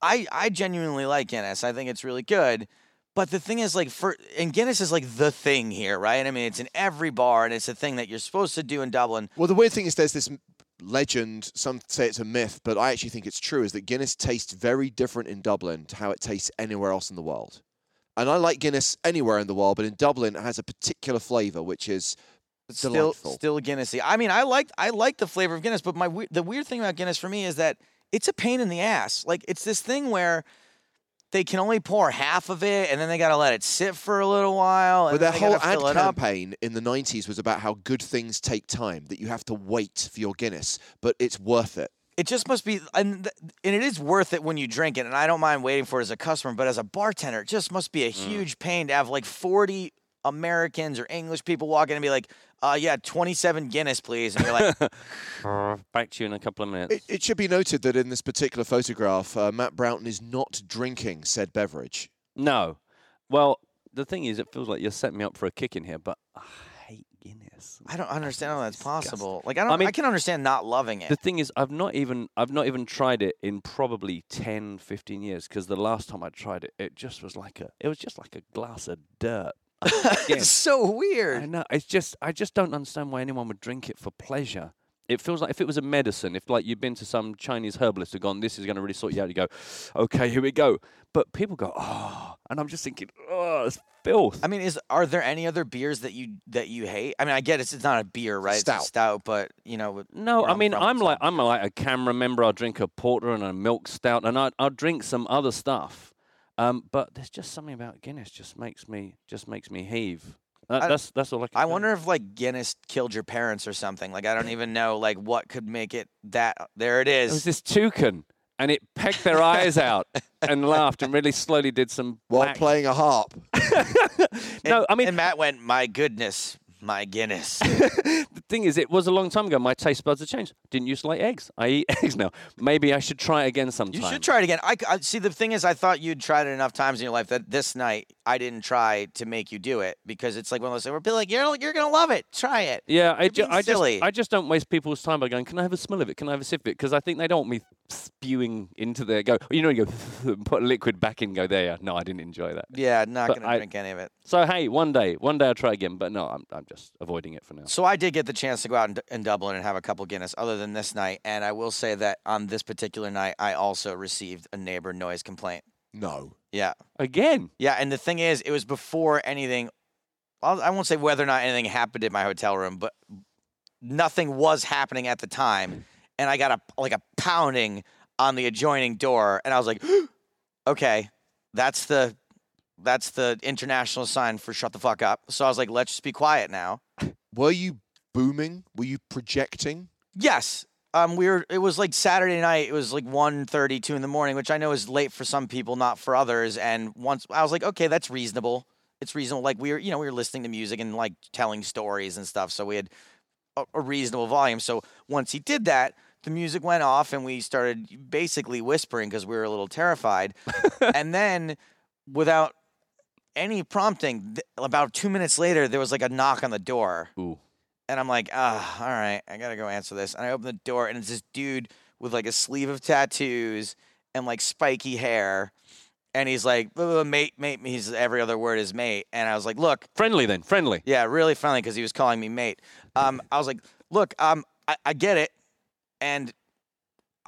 Speaker 2: I I genuinely like Guinness. I think it's really good. But the thing is, like, for and Guinness is like the thing here, right? I mean, it's in every bar, and it's a thing that you're supposed to do in Dublin.
Speaker 3: Well, the weird thing is there's this m- legend, some say it's a myth, but I actually think it's true, is that Guinness tastes very different in Dublin to how it tastes anywhere else in the world. And I like Guinness anywhere in the world, but in Dublin it has a particular flavour, which is
Speaker 2: It's
Speaker 3: Delightful.
Speaker 2: Still, still Guinnessy. I mean, I like I like the flavor of Guinness, but my we- the weird thing about Guinness for me is that it's a pain in the ass. Like it's this thing where they can only pour half of it, and then they gotta let it sit for a little while. And
Speaker 3: But their
Speaker 2: then they
Speaker 3: whole
Speaker 2: gotta
Speaker 3: ad
Speaker 2: fill it up.
Speaker 3: campaign in the 90s was about how good things take time, that you have to wait for your Guinness, but it's worth it.
Speaker 2: It just must be, and th- and it is worth it when you drink it. And I don't mind waiting for it as a customer, but as a bartender, it just must be a huge pain to have like forty Americans or English people walk in and be like, "Uh, yeah, twenty-seven Guinness, please," and you're like,
Speaker 4: Back to you in a couple of minutes.
Speaker 3: It, it should be noted that in this particular photograph, uh, Matt Broughton is not drinking said beverage.
Speaker 4: no. Well, the thing is, it feels like you're setting me up for a kick in here, but ah, I hate Guinness.
Speaker 2: "I don't understand how that's
Speaker 4: Disgusting.
Speaker 2: possible." Like, I don't, I,
Speaker 4: mean-
Speaker 2: can understand not loving it.
Speaker 4: The thing is, I've not even I've not even tried it in probably 10, 15 years because the last time I tried it, it just was like a it was just like a glass of dirt.
Speaker 2: It's so
Speaker 4: I
Speaker 2: weird.
Speaker 4: know. It's just I just don't understand why anyone would drink it for pleasure. It feels like if it was a medicine, if like you've been to some Chinese herbalist who gone, this is going to really sort you out. You go, okay, here we go. But people go, oh, and I'm just thinking, oh, it's filth.
Speaker 2: I mean, is are there any other beers that you that you hate? I mean, I get it's, it's not a beer, right? It's
Speaker 3: Stout.
Speaker 2: a stout, but you know, with-
Speaker 4: no,
Speaker 2: where
Speaker 4: I mean,
Speaker 2: from,
Speaker 4: I'm
Speaker 2: it's
Speaker 4: like I'm like a camera member. I drink a porter and a milk stout, and I I drink some other stuff. Um, but there's just something about Guinness just makes me just makes me heave. That,
Speaker 2: I-
Speaker 4: that's that's all I can.
Speaker 2: I
Speaker 4: tell you.
Speaker 2: wonder if like Guinness killed your parents or something. Like I don't even know like what could make it that there it
Speaker 4: There was
Speaker 2: is.
Speaker 4: this toucan, and it pecked their eyes out and laughed and really slowly did some.
Speaker 3: While
Speaker 4: black-
Speaker 3: playing a harp.
Speaker 4: No,
Speaker 2: And-
Speaker 4: oh, I mean
Speaker 2: and Matt went, my goodness, my Guinness.
Speaker 4: the thing is, it was a long time ago. My taste buds have changed. Didn't used to like eggs. I eat eggs now. Maybe I should try again sometime.
Speaker 2: you should try it again. I, c- I- see. The thing is, I thought you'd tried it enough times in your life that this night I didn't try to make you do it because it's like one of those things where people are like you're you're gonna love it. Try it.
Speaker 4: Yeah, I,
Speaker 2: You're
Speaker 4: ju-
Speaker 2: being
Speaker 4: I just
Speaker 2: silly.
Speaker 4: I just don't waste people's time by going. Can I have a smell of it? Can I have a sip of it? Because I think they don't want me spewing into their go. You know, you go put a liquid back in. Go there. Yeah. No, I didn't enjoy that.
Speaker 2: Yeah, not
Speaker 4: But
Speaker 2: gonna
Speaker 4: I-
Speaker 2: drink any of it.
Speaker 4: So hey, one day, one day I'll try again. But no, I'm I'm just avoiding it for now.
Speaker 2: So I did get the chance to go out in, D- in Dublin and have a couple Guinness, other than this night. And I will say that on this particular night, I also received a neighbor noise complaint.
Speaker 3: No.
Speaker 2: Yeah.
Speaker 4: Again.
Speaker 2: Yeah, and the thing is, it was before anything. I'll, I won't say whether or not anything happened in my hotel room, but nothing was happening at the time, and I got a like a pounding on the adjoining door, and I was like, "Okay, that's the that's the international sign for shut the fuck up." So I was like, "Let's just be quiet now."
Speaker 3: Were you booming? Were you projecting?
Speaker 2: Yes. Um, we were. It was like Saturday night. It was like 1.30, 2 in the morning, which I know is late for some people, not for others. And once I was like, okay, that's reasonable. It's reasonable. Like we were, you know, we were listening to music and like telling stories and stuff. So we had a, a reasonable volume. So once he did that, the music went off and we started basically whispering because we were a little terrified. and then, without any prompting, th- about two minutes later, there was like a knock on the door.
Speaker 4: Ooh.
Speaker 2: And I'm like, ah, all right, I gotta go answer this. And I open the door, and it's this dude with like a sleeve of tattoos and like spiky hair. And he's like, "Blah, blah, blah, mate, mate. He's every other word is mate. And I was like, look,
Speaker 4: Friendly then. Friendly.
Speaker 2: yeah, really friendly because he was calling me mate. Um, I was like, look, um, I, I get it, and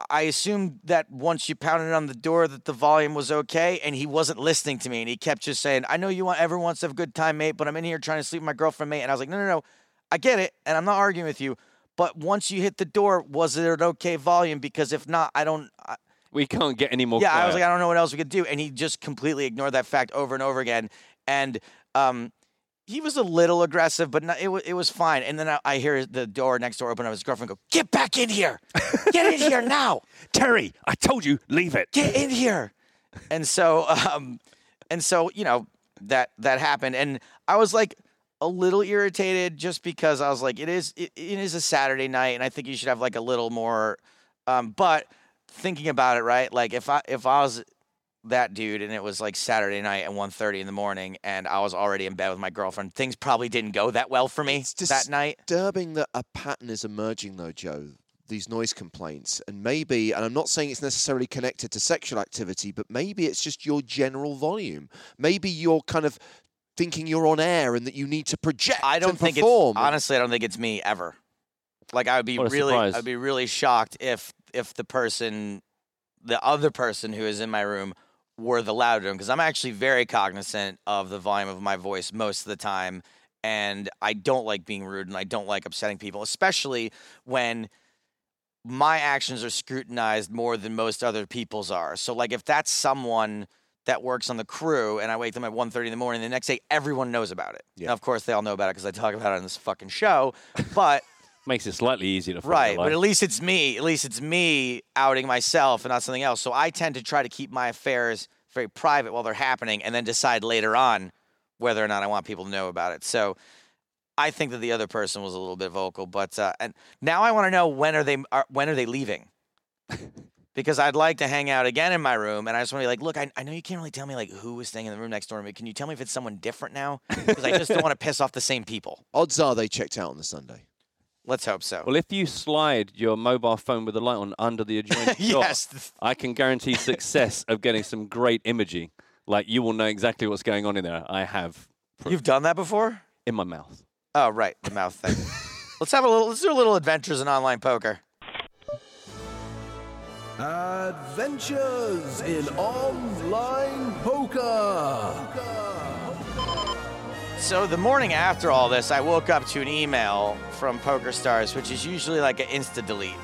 Speaker 2: I assumed that once you pounded on the door that the volume was okay, and he wasn't listening to me, and he kept just saying, "I know you want everyone wants to have a good time, mate, but I'm in here trying to sleep with my girlfriend, mate." And I was like, "No, no, no, I get it, and I'm not arguing with you, but once you hit the door, was there an okay volume? Because if not, I don't." I,
Speaker 4: We can't get any more.
Speaker 2: yeah, I was like, I
Speaker 4: quiet.
Speaker 2: don't know what else we could do, and he just completely ignored that fact over and over again, and um. He was a little aggressive, but not, it, was, it was fine. And then I, I hear the door next door open up. His girlfriend go, "Get back in here! Get in here now!"
Speaker 4: Terry, I told you, leave it.
Speaker 2: get in here and so um and so you know that that happened and i was like a little irritated just because i was like it is it, it is a saturday night and i think you should have like a little more um but thinking about it right like if i if i was that dude and it was like saturday night at 1.30 in the morning and i was already in bed with my girlfriend things probably didn't go that well for me
Speaker 3: It's
Speaker 2: that night
Speaker 3: Disturbing that a pattern is emerging, though, Joe. These noise complaints, and maybe, and I'm not saying it's necessarily connected to sexual activity, but maybe it's just your general volume. Maybe you're kind of thinking you're on air and that you need to project.
Speaker 2: I don't
Speaker 3: and
Speaker 2: think
Speaker 3: perform.
Speaker 2: it's honestly. I don't think it's me ever. Like I would be
Speaker 4: What a
Speaker 2: really,
Speaker 4: surprise.
Speaker 2: I'd be really shocked if if the person, the other person who is in my room, were the louder because I'm actually very cognizant of the volume of my voice most of the time, and I don't like being rude and I don't like upsetting people, especially when my actions are scrutinized more than most other people's are. So like if that's someone that works on the crew and I wake them at 1.30 in the morning, the next day everyone knows about it.
Speaker 3: Yeah.
Speaker 2: Now of course they all know about it because I talk about it on this fucking show. But
Speaker 4: Makes it slightly easier to find
Speaker 2: right,
Speaker 4: a
Speaker 2: but
Speaker 4: lie.
Speaker 2: at least it's me. At least it's me outing myself and not something else. So I tend to try to keep my affairs very private while they're happening and then decide later on whether or not I want people to know about it. So I think that the other person was a little bit vocal, but uh, and now I want to know when are they are, when are they leaving? because I'd like to hang out again in my room, and I just want to be like, look, I, I know you can't really tell me like who was staying in the room next door to me. Can you tell me if it's someone different now? Because I just don't want to piss off the same people.
Speaker 3: Odds are they checked out on the Sunday.
Speaker 2: Let's hope so.
Speaker 4: Well, if you slide your mobile phone with the light on under the adjoining
Speaker 2: Yes.
Speaker 4: door, I can guarantee success of getting some great imaging. Like you will know exactly what's going on in there. I have proof
Speaker 2: You've done that before?
Speaker 4: in my mouth.
Speaker 2: Oh, right, the mouth thing. let's have a little. Let's do a little adventures in online poker.
Speaker 9: Adventures in Online Poker.
Speaker 2: So the morning after all this, I woke up to an email from PokerStars, which is usually like an insta delete.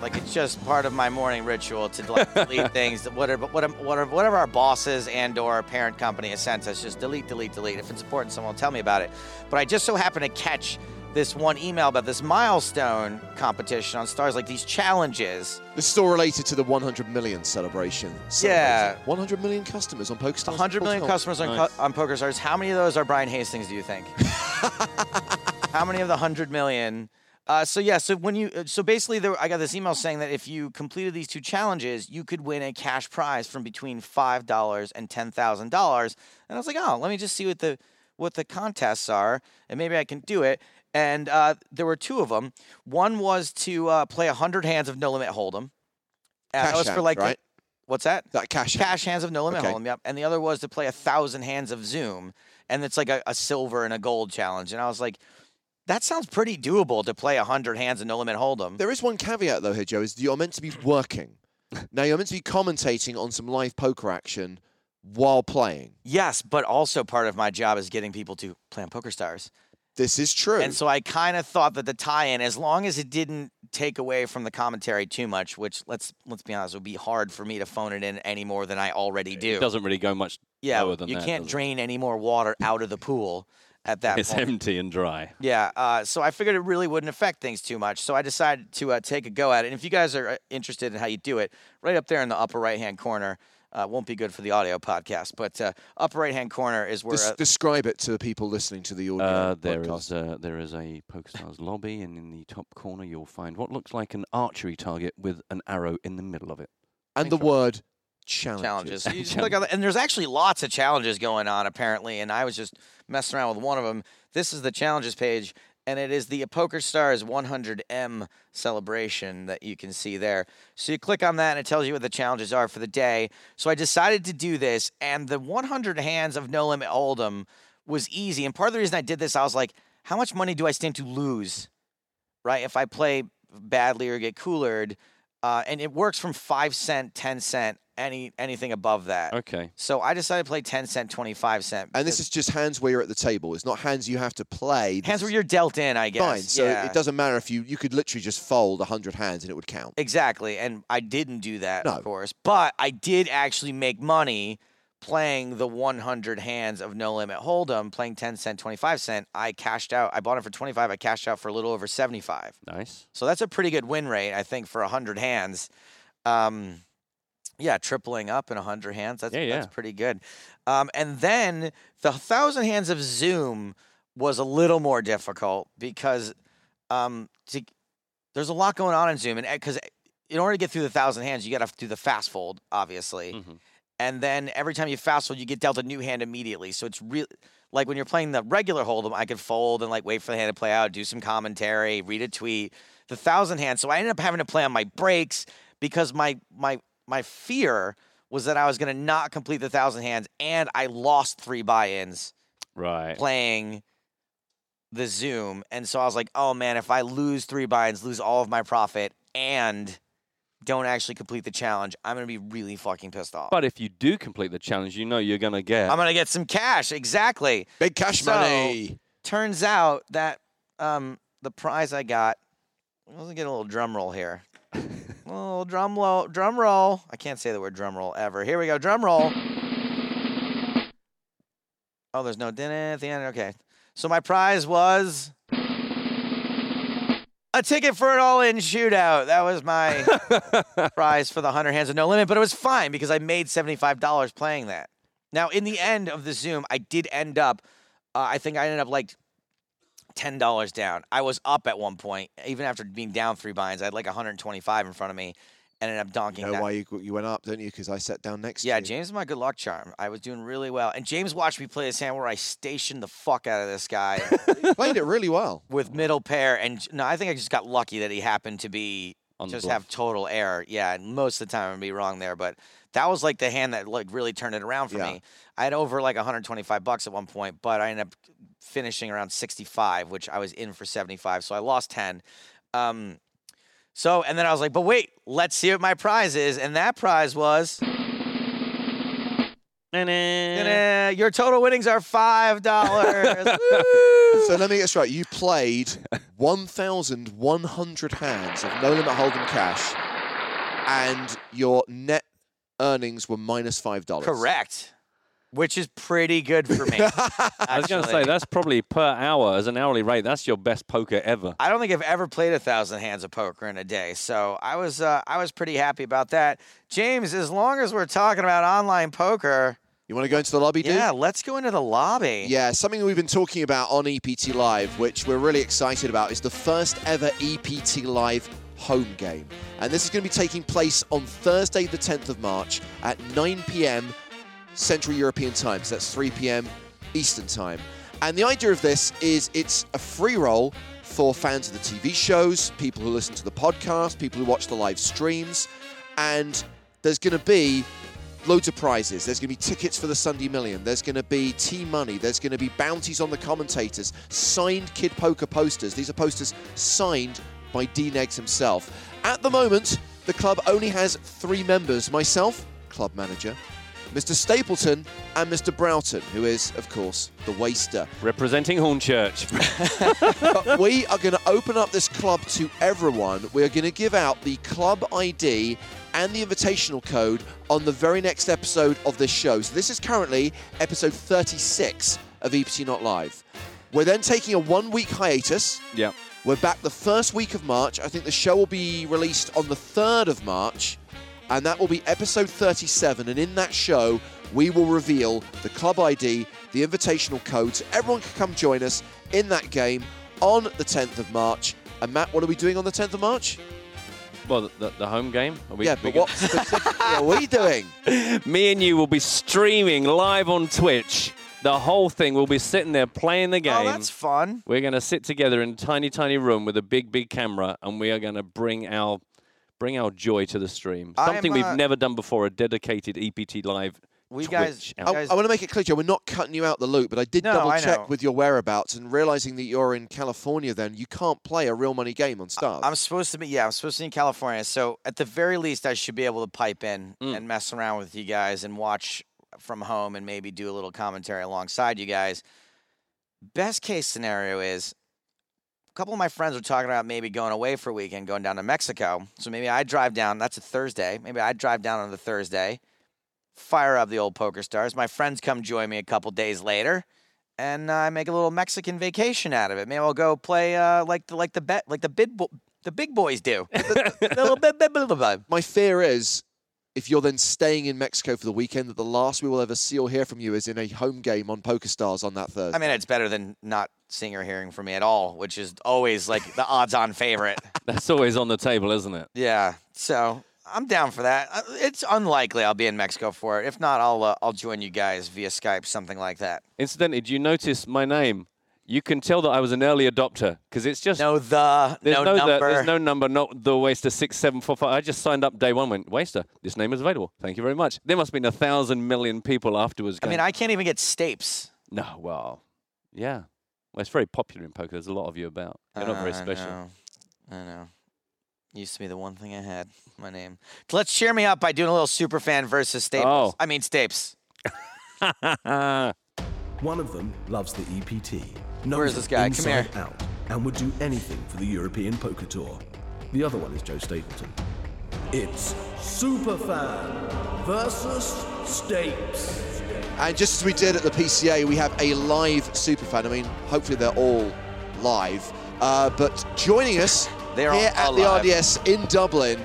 Speaker 2: Like it's just part of my morning ritual to like delete things that whatever whatever whatever whatever our bosses and or our parent company has sent us, just delete, delete, delete. If it's important, someone will tell me about it. But I just so happened to catch this one email about this milestone competition on stars, like these challenges.
Speaker 3: This is all related to the 100 million celebration.
Speaker 2: Yeah.
Speaker 3: Celebrating 100 million customers on PokerStars.
Speaker 2: 100 million customers on, cu-
Speaker 4: Nice.
Speaker 2: on PokerStars. How many of those are Brian Hastings, do you think? How many of the 100 million? Uh, so yeah, so when you uh, so basically there, I got this email saying that if you completed these two challenges, you could win a cash prize from between five dollars and ten thousand dollars. And I was like, oh, let me just see what the what the contests are, and maybe I can do it. And uh, there were two of them. One was to uh, play hundred hands of no limit hold'em. Uh,
Speaker 3: Cash
Speaker 2: that was for
Speaker 3: hand,
Speaker 2: like the-
Speaker 3: right?
Speaker 2: what's that?
Speaker 3: That cash. hand.
Speaker 2: Cash hands of no limit
Speaker 3: Okay.
Speaker 2: hold'em, yep. And the other was to play a thousand hands of Zoom, and it's like a, a silver and a gold challenge. And I was like, that sounds pretty doable to play a hundred hands of no limit
Speaker 4: Mm.
Speaker 2: hold'em.
Speaker 3: There is one caveat though here, Joe, is you're meant to be working. now you're meant to be commentating on some live poker action while playing.
Speaker 2: Yes, but also part of my job is getting people to play on Poker Stars,
Speaker 3: This is true.
Speaker 2: and so I kind of thought that the tie-in, as long as it didn't take away from the commentary too much, which let's let's be honest, would be hard for me to phone it in any more than I already do.
Speaker 4: It doesn't really go much
Speaker 2: yeah,
Speaker 4: lower than
Speaker 2: you
Speaker 4: that.
Speaker 2: can't
Speaker 4: does it?
Speaker 2: drain any more water out of the pool at that
Speaker 4: It's
Speaker 2: point.
Speaker 4: empty and dry.
Speaker 2: Yeah, uh, so I figured it really wouldn't affect things too much. So I decided to uh, take a go at it. And if you guys are uh, interested in how you do it, right up there in the upper right hand corner, uh, won't be good for the audio podcast, but uh, upper right hand corner is where.
Speaker 3: Des-
Speaker 2: uh,
Speaker 3: describe it to the people listening to the audio
Speaker 4: Uh, there
Speaker 3: podcast.
Speaker 4: is uh, there is a PokerStars lobby, and in the top corner you'll find what looks like an archery target with an arrow in the middle of it.
Speaker 3: and the word challenges.
Speaker 2: challenges. So you just click on the- and there's actually lots of challenges going on apparently. And I was just messing around with one of them. This is the challenges page, and it is the Poker Stars 100M celebration that you can see there. So you click on that, and it tells you what the challenges are for the day. So I decided to do this, and the 100 hands of No Limit Old'em was easy. And part of the reason I did this, I was like, how much money do I stand to lose? right? If I play badly or get coolered, uh, and it works from five cent, ten cent, any anything above that.
Speaker 4: Okay.
Speaker 2: So I decided to play ten cent, twenty five cent.
Speaker 3: And this is just hands where you're at the table. It's not hands you have to play.
Speaker 2: hands where you're dealt in, I guess.
Speaker 3: fine. So
Speaker 2: yeah.
Speaker 3: it doesn't matter if you you could literally just fold hundred hands and it would count.
Speaker 2: Exactly. And I didn't do that,
Speaker 3: No.
Speaker 2: of course. But I did actually make money playing the 100 hands of No Limit Hold'em, playing 10 cent, 25 cent. I cashed out. I bought it for 25. I cashed out for a little over 75.
Speaker 4: Nice.
Speaker 2: So that's a pretty good win rate, I think, for 100 hands. Um, yeah, tripling up in 100 hands. That's,
Speaker 4: Yeah,
Speaker 2: that's
Speaker 4: yeah.
Speaker 2: pretty good. Um, and then the 1,000 hands of Zoom was a little more difficult because um, to, there's a lot going on in Zoom. And because in order to get through the 1,000 hands, you got to do the fast fold, obviously.
Speaker 4: Mm-hmm.
Speaker 2: And then every time you fast fold, you get dealt a new hand immediately. So it's real. Like when you're playing the regular hold'em, I could fold and like wait for the hand to play out, do some commentary, read a tweet. The thousand hand. So I ended up having to play on my breaks because my my my fear was that I was going to not complete the thousand hands, and I lost three buy-ins
Speaker 4: Right.
Speaker 2: playing the Zoom. And so I was like, oh man, if I lose three binds, lose all of my profit, and don't actually complete the challenge, I'm gonna be really fucking pissed off.
Speaker 4: But if you do complete the challenge, you know you're gonna get.
Speaker 2: I'm gonna get some cash. Exactly.
Speaker 3: Big cash
Speaker 2: So-
Speaker 3: money.
Speaker 2: Turns out that um, the prize I got. I was gonna get a little drum roll here. a little drum roll. Drum roll. I can't say the word drum roll ever. Here we go. Drum roll. Oh, there's no din at the end. Okay. So my prize was a ticket for an all-in shootout. That was my prize for the Hunter Hands of No Limit, but it was fine because I made $75 playing that. Now, in the end of the Zoom, I did end up uh, I think I ended up like ten dollars down. I was up at one point, even after being down three binds. I had like 125 in front of me, and ended up donking
Speaker 3: You know
Speaker 2: that.
Speaker 3: Oh, why you, you went up, don't you? Because I sat down next
Speaker 2: Yeah,
Speaker 3: to you.
Speaker 2: James is my good luck charm. I was doing really well, and James watched me play this hand where I stationed the fuck out of this guy
Speaker 3: James played it really well.
Speaker 2: with middle pair, and no, I think I just got lucky that he happened to be
Speaker 4: On the
Speaker 2: just have total error. Yeah, and most of the time I'd be wrong there, but that was like the hand that like really turned it around for
Speaker 3: Yeah.
Speaker 2: me. I had over like 125 bucks at one point, but I ended up finishing around 65, which I was in for 75, so I lost 10. Um, so and then I was like, but wait, let's see what my prize is, and that prize was. Ta-da, Your total winnings are five dollars.
Speaker 3: So let me get straight. You played 1,100 hands of No Limit Hold'em cash, and your net earnings were minus $5.
Speaker 2: Correct. Which is pretty good for me.
Speaker 4: I was gonna say that's probably per hour as an hourly rate. That's your best poker ever.
Speaker 2: I don't think I've ever played a thousand hands of poker in a day, so I was uh, I was pretty happy about that. James, as long as we're talking about online poker,
Speaker 3: You want to go into the lobby, dude?
Speaker 2: yeah, let's go into the lobby.
Speaker 3: Yeah, something we've been talking about on EPT Live, which we're really excited about, is the first ever EPT Live home game. And this is going to be taking place on Thursday, the 10th of March at 9 p.m. Central European time. So that's 3 p.m. Eastern time. And the idea of this is it's a free roll for fans of the TV shows, people who listen to the podcast, people who watch the live streams. And there's going to be loads of prizes. There's going to be tickets for the Sunday Million. There's going to be tea money. There's going to be bounties on the commentators, signed Kid Poker posters. These are posters signed by D Negs himself. At the moment, the club only has three members myself, club manager, Mr. Stapleton, and Mr. Broughton, who is, of course, the waster
Speaker 4: Representing Hornchurch.
Speaker 3: but we are going to open up this club to everyone. We are going to give out the club ID and the invitational code on the very next episode of this show. So this is currently episode 36 of EPT Not Live. We're then taking a one week hiatus.
Speaker 4: yeah.
Speaker 3: We're back the first week of March. I think the show will be released on the 3rd of March, and that will be episode 37. And in that show, we will reveal the club ID, the invitational code, so everyone can come join us in that game on the 10th of March. And Matt, what are we doing on the 10th of March?
Speaker 4: Well, the- the, the home game. Are we,
Speaker 3: yeah,
Speaker 4: we
Speaker 3: but
Speaker 4: go-
Speaker 3: what specifically are we doing?
Speaker 4: Me and you will be streaming live on Twitch. The whole thing. We'll be sitting there playing the game.
Speaker 2: Oh, that's fun.
Speaker 4: We're going to sit together in a tiny, tiny room with a big, big camera, and we are going to bring our bring our joy to the stream.
Speaker 2: I'm,
Speaker 4: Something we've
Speaker 2: uh,
Speaker 4: never done before—a dedicated EPT E live
Speaker 2: We guys, Oh.
Speaker 4: Twitch
Speaker 2: you
Speaker 4: out.
Speaker 3: I,
Speaker 2: guys
Speaker 3: want to make it clear, Joe, we're not cutting you out the loop, but I did
Speaker 2: No,
Speaker 3: double
Speaker 2: I know.
Speaker 3: check with your whereabouts and realizing that you're in California then, you can't play a real money game on Stars.
Speaker 2: I'm supposed to be yeah, I'm supposed to be in California. So at the very least I should be able to pipe in and mess around with you guys and watch from home and maybe do a little commentary alongside you guys. Best case scenario is a couple of my friends were talking about maybe going away for a weekend, going down to Mexico. So maybe I drive down, that's a Thursday. Maybe I drive down on the Thursday, fire up the old poker stars. My friends come join me a couple days later and I make a little Mexican vacation out of it. Maybe I'll go play uh, like the like the bet like the big bo- the big boys do. The- the little bit- bit- bit- bit- bit.
Speaker 3: My fear is if you're then staying in Mexico for the weekend, that the last we will ever see or hear from you is in a home game on PokerStars on that Thursday.
Speaker 2: I mean, it's better than not seeing or hearing from me at all, which is always like the odds-on favorite.
Speaker 4: That's always on the table, isn't it?
Speaker 2: yeah, so I'm down for that. Uh, It's unlikely I'll be in Mexico for it. If not, I'll uh, I'll join you guys via Skype, something like that.
Speaker 4: Incidentally, do you notice my name? You can tell that I was an early adopter because it's just
Speaker 2: No the
Speaker 4: there's
Speaker 2: no,
Speaker 4: the-
Speaker 2: number.
Speaker 4: there's no number. Not the waster six seven four five. I just signed up day one. Went waster. This name is available. Thank you very much. There must have been a thousand million people afterwards.
Speaker 2: I
Speaker 4: Going,
Speaker 2: mean, I can't even get Stapes.
Speaker 4: no. Well, yeah. Well, it's very popular in poker. There's a lot of you about. You're not very
Speaker 2: Uh, I
Speaker 4: special.
Speaker 2: know. I know. Used to be the one thing I had. My name. Let's cheer me up by doing a little superfan versus Staples.
Speaker 4: Oh.
Speaker 2: I mean Stapes.
Speaker 9: One of them loves the EPT.
Speaker 2: Where is
Speaker 9: Knows
Speaker 2: this
Speaker 9: it
Speaker 2: guy? Come
Speaker 9: inside
Speaker 2: here.
Speaker 9: Out, and would do anything for the European Poker Tour. The other one is Joe Stapleton. It's Superfan versus Stapes.
Speaker 3: And just as we did at the PCA, we have a live superfan. I mean, hopefully they're all live. Uh, but joining us
Speaker 2: They are
Speaker 3: here
Speaker 2: all
Speaker 3: at the
Speaker 2: live.
Speaker 3: RDS in Dublin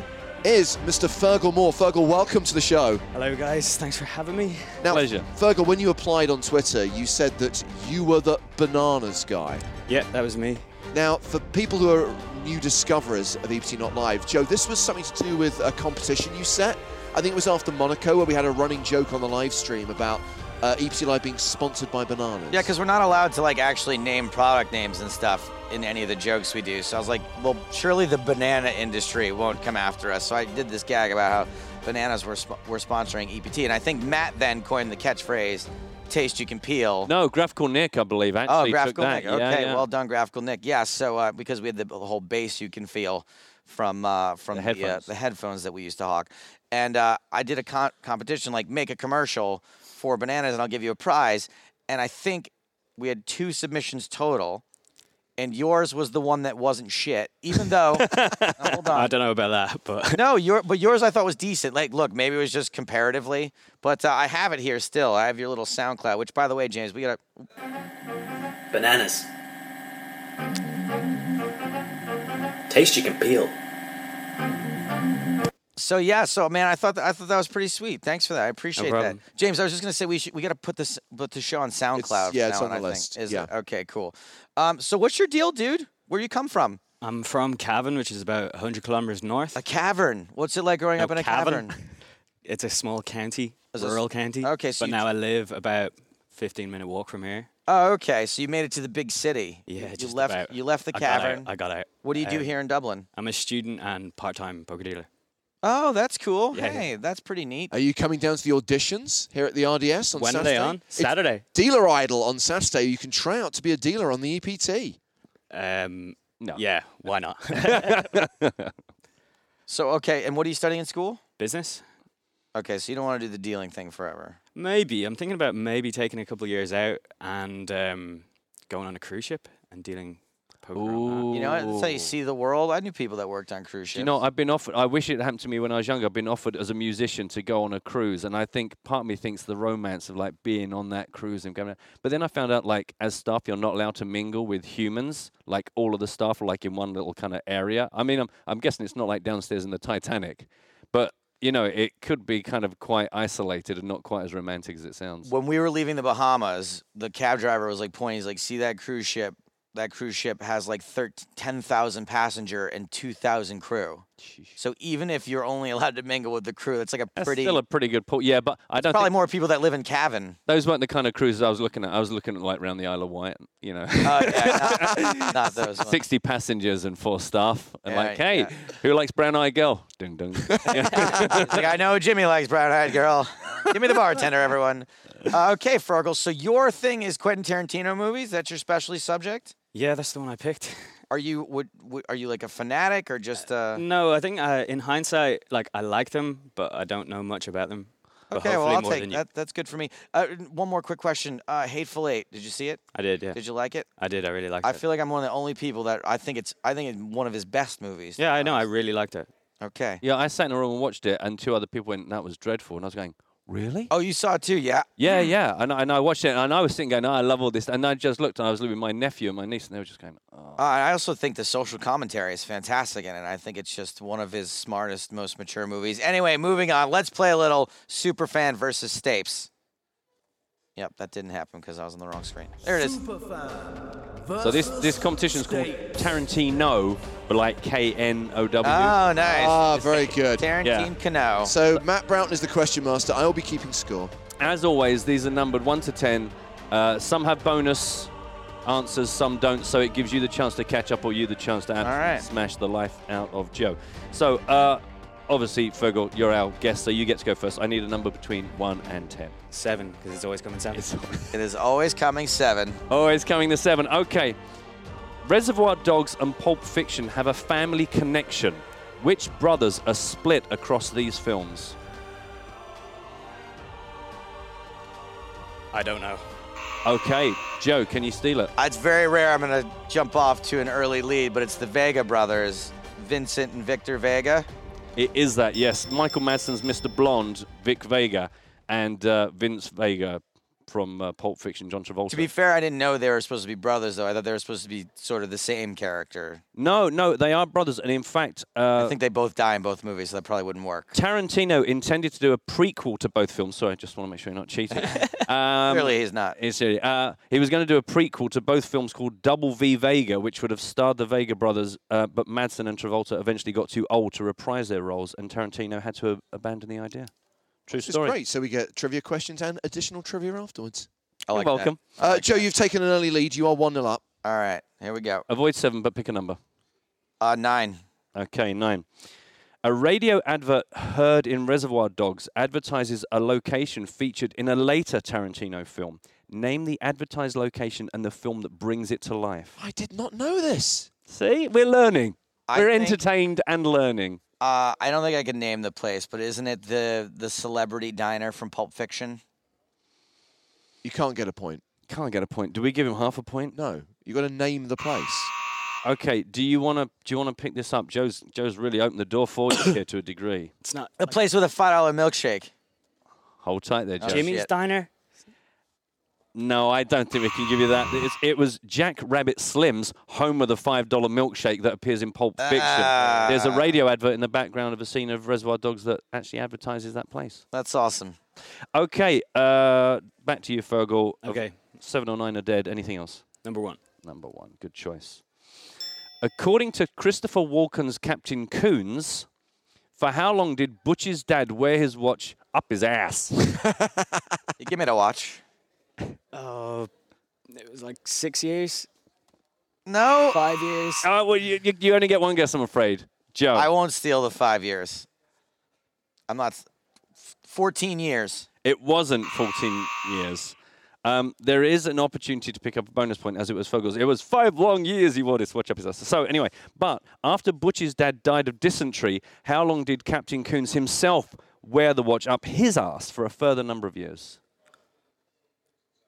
Speaker 3: is Mr. Fergal Moore. Fergal, welcome to the show.
Speaker 10: Hello, guys. Thanks for having me.
Speaker 3: Now,
Speaker 4: Pleasure.
Speaker 3: Fergal, when you applied on Twitter, you said that you were the bananas guy.
Speaker 10: Yeah, that was me.
Speaker 3: Now, for people who are new discoverers of EPT Not Live, Joe, this was something to do with a competition you set. I think it was after Monaco where we had a running joke on the live stream about uh, EPT Live being sponsored by bananas.
Speaker 2: Yeah, because we're not allowed to like actually name product names and stuff in any of the jokes we do. So I was like, well, surely the banana industry won't come after us. So I did this gag about how bananas were sp- were sponsoring EPT, and I think Matt then coined the catchphrase, "Taste you can peel."
Speaker 4: No, graphical Nick, I believe. Actually,
Speaker 2: Oh,
Speaker 4: took
Speaker 2: graphical
Speaker 4: that.
Speaker 2: Nick.
Speaker 4: Yeah,
Speaker 2: okay,
Speaker 4: yeah.
Speaker 2: well done, graphical Nick. Yeah, so uh, because we had the, the whole bass you can feel from uh, from
Speaker 4: The
Speaker 2: the, uh,
Speaker 4: headphones.
Speaker 2: the headphones that we used to hawk, and uh, I did a con- competition like make a commercial for bananas and I'll give you a prize, and I think we had two submissions total. And yours was the one that wasn't shit, even though. Now, hold on.
Speaker 10: I don't know about that, but
Speaker 2: No, your but yours I thought was decent. Like, look, maybe it was just comparatively, but uh, I have it here still. I have your little SoundCloud, which, by the way, James, we gotta
Speaker 11: Bananas. Taste you can peel.
Speaker 2: So yeah, so man, I thought that, I thought that was pretty sweet. Thanks for that. I appreciate that,
Speaker 4: problem.
Speaker 2: James. I was just gonna say we should we gotta put this put the show on SoundCloud. from
Speaker 3: yeah, it's
Speaker 2: now
Speaker 3: on the
Speaker 2: I
Speaker 3: list,
Speaker 2: Think, is
Speaker 3: yeah.
Speaker 2: it? Okay, cool. Um, so what's your deal, dude? Where you come from?
Speaker 10: I'm from Cavan, which is about 100 kilometers north.
Speaker 2: A cavern. What's it like growing
Speaker 10: No,
Speaker 2: up in a
Speaker 10: Cavan.
Speaker 2: cavern?
Speaker 10: It's a small county,
Speaker 2: a s-
Speaker 10: rural county.
Speaker 2: Okay, so
Speaker 10: but
Speaker 2: you
Speaker 10: now I live about 15 minute walk from here.
Speaker 2: Oh, okay. So you made it to the big city. You-
Speaker 10: Yeah,
Speaker 2: you
Speaker 10: just
Speaker 2: left.
Speaker 10: about.
Speaker 2: You left the
Speaker 10: I got out-
Speaker 2: cavern.
Speaker 10: I got out.
Speaker 2: what do you do
Speaker 10: Um,
Speaker 2: here in Dublin?
Speaker 10: I'm a student and part time poker dealer.
Speaker 2: Oh, that's cool.
Speaker 10: yeah.
Speaker 2: hey, that's pretty neat.
Speaker 3: Are you coming down to the auditions here at the RDS on
Speaker 10: When are
Speaker 3: Saturday?
Speaker 10: they on?
Speaker 3: It's
Speaker 10: Saturday.
Speaker 3: Dealer Idol on Saturday. You can try out to be a dealer on the E EPT.
Speaker 10: Um,
Speaker 4: No.
Speaker 10: Yeah, why not?
Speaker 2: So okay, and what are you studying in school?
Speaker 10: Business?
Speaker 2: Okay, so you don't want to do the dealing thing forever.
Speaker 10: Maybe. I'm thinking about maybe taking a couple of years out and um, going on a cruise ship and dealing poker. On that.
Speaker 2: You know, that's how you
Speaker 4: Ooh.
Speaker 2: see the world. I knew people that worked on cruise ships.
Speaker 4: You know, I've been offered. I wish it happened to me when I was younger. I've been offered as a musician to go on a cruise, and I think part of me thinks the romance of like being on that cruise and going. out- But then I found out, like, as staff, you're not allowed to mingle with humans. Like all of the staff are like in one little kind of area. I mean, I'm I'm guessing it's not like downstairs in the Titanic, but you know, it could be kind of quite isolated and not quite as romantic as it sounds.
Speaker 2: when we were leaving the Bahamas, the cab driver was like pointing, he's like, see that cruise ship? That cruise ship has like thir- 10,000 passenger and 2,000 crew. So even if you're only allowed to mingle with the crew, that's like a
Speaker 4: That's
Speaker 2: pretty,
Speaker 4: still a pretty good pool. Yeah, but I don't
Speaker 2: probably
Speaker 4: think
Speaker 2: more people that live in Cavan.
Speaker 4: those weren't the kind of cruises I was looking at. I was looking at like round the Isle of Wight, you know.
Speaker 2: Oh, yeah, not, not those ones.
Speaker 4: 60 passengers and four staff. And
Speaker 2: Yeah,
Speaker 4: like, hey,
Speaker 2: yeah.
Speaker 4: who likes brown eyed girl? Ding, ding. Yeah.
Speaker 2: He's like, I know Jimmy likes brown eyed girl. Give me the bartender, everyone. Uh, okay, Fergal. So your thing is Quentin Tarantino movies. That's your specialty subject.
Speaker 10: Yeah, that's the one I picked.
Speaker 2: Are you would, would are you like a fanatic or just? Uh...
Speaker 10: No, I think uh, in hindsight, like I like them, but I don't know much about them. But
Speaker 2: Okay, well
Speaker 10: Mm. hopefully
Speaker 2: I'll
Speaker 10: more
Speaker 2: take
Speaker 10: than you.
Speaker 2: that. That's good for me. Uh, one more quick question. Uh, Hateful Eight. Did you see it?
Speaker 10: I did, yeah.
Speaker 2: Did you like it?
Speaker 10: I did. I really liked
Speaker 2: I
Speaker 10: it.
Speaker 2: feel like I'm one of the only people that I think it's. I think it's one of his best movies.
Speaker 10: yeah, I know. I really liked it.
Speaker 2: Okay.
Speaker 4: Yeah, I sat in a room and watched it, and two other people went, "That was dreadful," and I was going, "Really?"
Speaker 2: Oh, you saw it too? Yeah.
Speaker 4: Yeah, yeah. And I, and I watched it, and I was sitting going, "No, "I love all this," and I just looked, and I was looking at my nephew and my niece, and they were just going, oh.
Speaker 2: Uh, I also think the social commentary is fantastic in it. I think it's just one of his smartest, most mature movies. Anyway, moving on. Let's play a little Superfan versus Stapes. Yep, that didn't happen because I was on the wrong screen. There it is.
Speaker 4: So this this competition is called Tarantino, but like K N O W.
Speaker 2: Oh, nice.
Speaker 3: Ah, very good.
Speaker 2: Tarantine Cano.
Speaker 3: So Matt Broughton is the question master. I will be keeping score.
Speaker 4: As always, these are numbered one to ten. Uh, some have bonus answers, some don't. So it gives you the chance to catch up, or you the chance to absolutely
Speaker 2: right.
Speaker 4: smash the life out of Joe. So uh, obviously, Fergal, you're our guest, so you get to go first. I need a number between one and ten.
Speaker 10: Seven, because it's always coming seven.
Speaker 2: It is always coming seven.
Speaker 4: Oh, it's coming the seven. Okay. Reservoir Dogs and Pulp Fiction have a family connection. Which brothers are split across these films?
Speaker 10: I don't know.
Speaker 4: Okay, Joe, can you steal it?
Speaker 2: It's very rare. I'm going to jump off to an early lead, but it's the Vega brothers, Vincent and Victor Vega.
Speaker 4: It is that, yes. Michael Madsen's Mr. Blonde, Vic Vega, and uh, Vince Vega from uh, Pulp Fiction, John Travolta.
Speaker 2: To be fair, I didn't know they were supposed to be brothers, though. I thought they were supposed to be sort of the same character.
Speaker 4: no, no, they are brothers, and in fact, uh,
Speaker 2: I think they both die in both movies, so that probably wouldn't work.
Speaker 4: Tarantino intended to do a prequel to both films. Sorry, I just want to make sure you're not cheating. um,
Speaker 2: Clearly, he's not.
Speaker 4: It's, uh, he was going to do a prequel to both films called Double V Vega, which would have starred the Vega brothers, uh, but Madsen and Travolta eventually got too old to reprise their roles, and Tarantino had to ab- abandon the idea. True
Speaker 3: Which is
Speaker 4: story.
Speaker 3: great. So we get trivia questions and additional trivia afterwards.
Speaker 2: I like that.
Speaker 4: You're welcome.
Speaker 3: Uh, Joe, you've taken an early lead. You are 1 0 up.
Speaker 2: All right, here we go.
Speaker 4: Avoid seven, but pick a number.
Speaker 2: Uh, nine.
Speaker 4: Okay, nine. A radio advert heard in Reservoir Dogs advertises a location featured in a later Tarantino film. Name the advertised location and the film that brings it to life.
Speaker 3: I did not know this.
Speaker 4: See, we're learning.
Speaker 2: I
Speaker 4: we're
Speaker 2: think-
Speaker 4: entertained and learning.
Speaker 2: Uh, I don't think I can name the place, but isn't it the the celebrity diner from Pulp Fiction?
Speaker 3: You can't get a point.
Speaker 4: Can't get a point. Do we give him half a point?
Speaker 3: No. You've got to name the place.
Speaker 4: Okay. Do you want to? Do you want to pick this up? Joe's Joe's really opened the door for you here to a degree.
Speaker 10: It's not
Speaker 2: The place with a five dollar milkshake.
Speaker 4: Hold tight there, Joe.
Speaker 10: Jimmy's
Speaker 2: shit.
Speaker 10: Diner.
Speaker 4: No, I don't think we can give you that. It's, it was Jack Rabbit Slim's home with a $5 milkshake that appears in Pulp Fiction. There's a radio advert in the background of a scene of Reservoir Dogs that actually advertises that place.
Speaker 2: That's awesome.
Speaker 4: Okay, uh, back to you, Fergal.
Speaker 10: Okay.
Speaker 4: Seven or nine are dead. Anything else?
Speaker 10: Number one.
Speaker 4: Number one. Good choice. According to Christopher Walken's Captain Coons, for how long did Butch's dad wear his watch up his ass?
Speaker 2: You give me the watch.
Speaker 10: Oh, it was like six years,
Speaker 2: No,
Speaker 10: five years.
Speaker 4: uh, well, you, you, you only get one guess, I'm afraid. Joe.
Speaker 2: I won't steal the five years. I'm not. f- Fourteen years.
Speaker 4: It wasn't 14 years. Um, there is an opportunity to pick up a bonus point as it was Fogel's. It was five long years he wore this watch up his ass. So, anyway, but after Butch's dad died of dysentery, how long did Captain Coons himself wear the watch up his ass for a further number of years?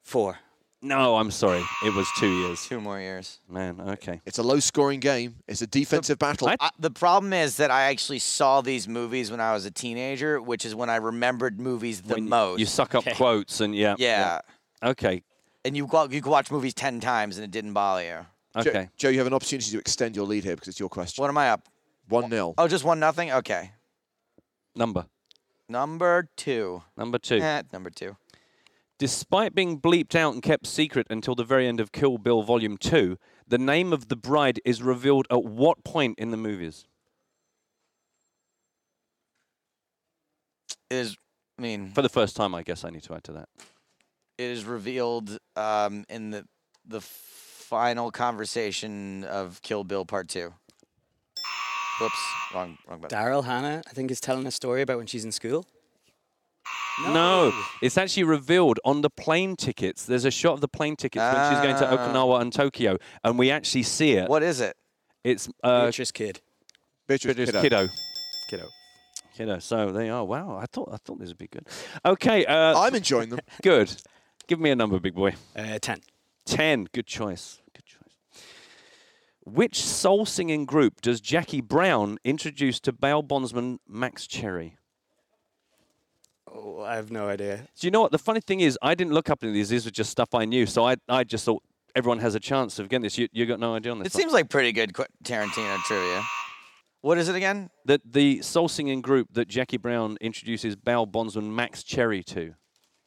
Speaker 10: Four.
Speaker 4: No, I'm sorry. It was two years.
Speaker 2: Two more years.
Speaker 4: Man, okay.
Speaker 3: It's a low scoring game, it's a defensive battle.
Speaker 4: I-
Speaker 2: I, the problem is that I actually saw these movies when I was a teenager, which is when I remembered movies the most.
Speaker 4: You suck up quotes and yeah.
Speaker 2: yeah.
Speaker 4: Okay.
Speaker 2: and you go, you could watch movies ten times and it didn't bother you.
Speaker 3: Jo-
Speaker 4: Okay.
Speaker 3: Joe, you have an opportunity to extend your lead here because it's your question.
Speaker 2: What am I up?
Speaker 3: 1 0.
Speaker 2: Oh, just one nothing. Okay,
Speaker 4: Number.
Speaker 2: number two.
Speaker 4: Number two.
Speaker 2: Eh, number two.
Speaker 4: Despite being bleeped out and kept secret until the very end of Kill Bill Volume 2, the name of the bride is revealed at what point in the movies?
Speaker 2: It is. I mean,
Speaker 4: For the first time, I guess I need to add to that.
Speaker 2: it is revealed um, in the the final conversation of Kill Bill Part Two. Whoops, wrong, wrong button.
Speaker 10: Daryl Hannah, I think, is telling a story about when she's in school.
Speaker 4: No, it's actually revealed on the plane tickets. There's a shot of the plane tickets when she's going to
Speaker 2: Ah.
Speaker 4: Okinawa and Tokyo, and we actually see it.
Speaker 2: What is it?
Speaker 4: It's uh,
Speaker 10: Beatrice Kid.
Speaker 3: Beatrice
Speaker 4: Beatrice
Speaker 3: Kiddo.
Speaker 4: Kiddo. Kiddo. Kiddo. So they are. Wow, I thought I thought this would be good. Okay. Uh,
Speaker 3: I'm enjoying them.
Speaker 4: Good. Give me a number, big boy.
Speaker 10: Uh, ten.
Speaker 4: Ten. Good choice. Good choice. Which soul singing group does Jackie Brown introduce to bail bondsman Max Cherry?
Speaker 10: Oh, I have no idea.
Speaker 4: Do you know what? The funny thing is, I didn't look up any of these. These were just stuff I knew. So I, I just thought everyone has a chance of getting this. You, you got no idea on this.
Speaker 2: It seems like pretty good qu- Tarantino trivia. What is it again?
Speaker 4: that the soul singing group that Jackie Brown introduces bail bondsman Max Cherry to.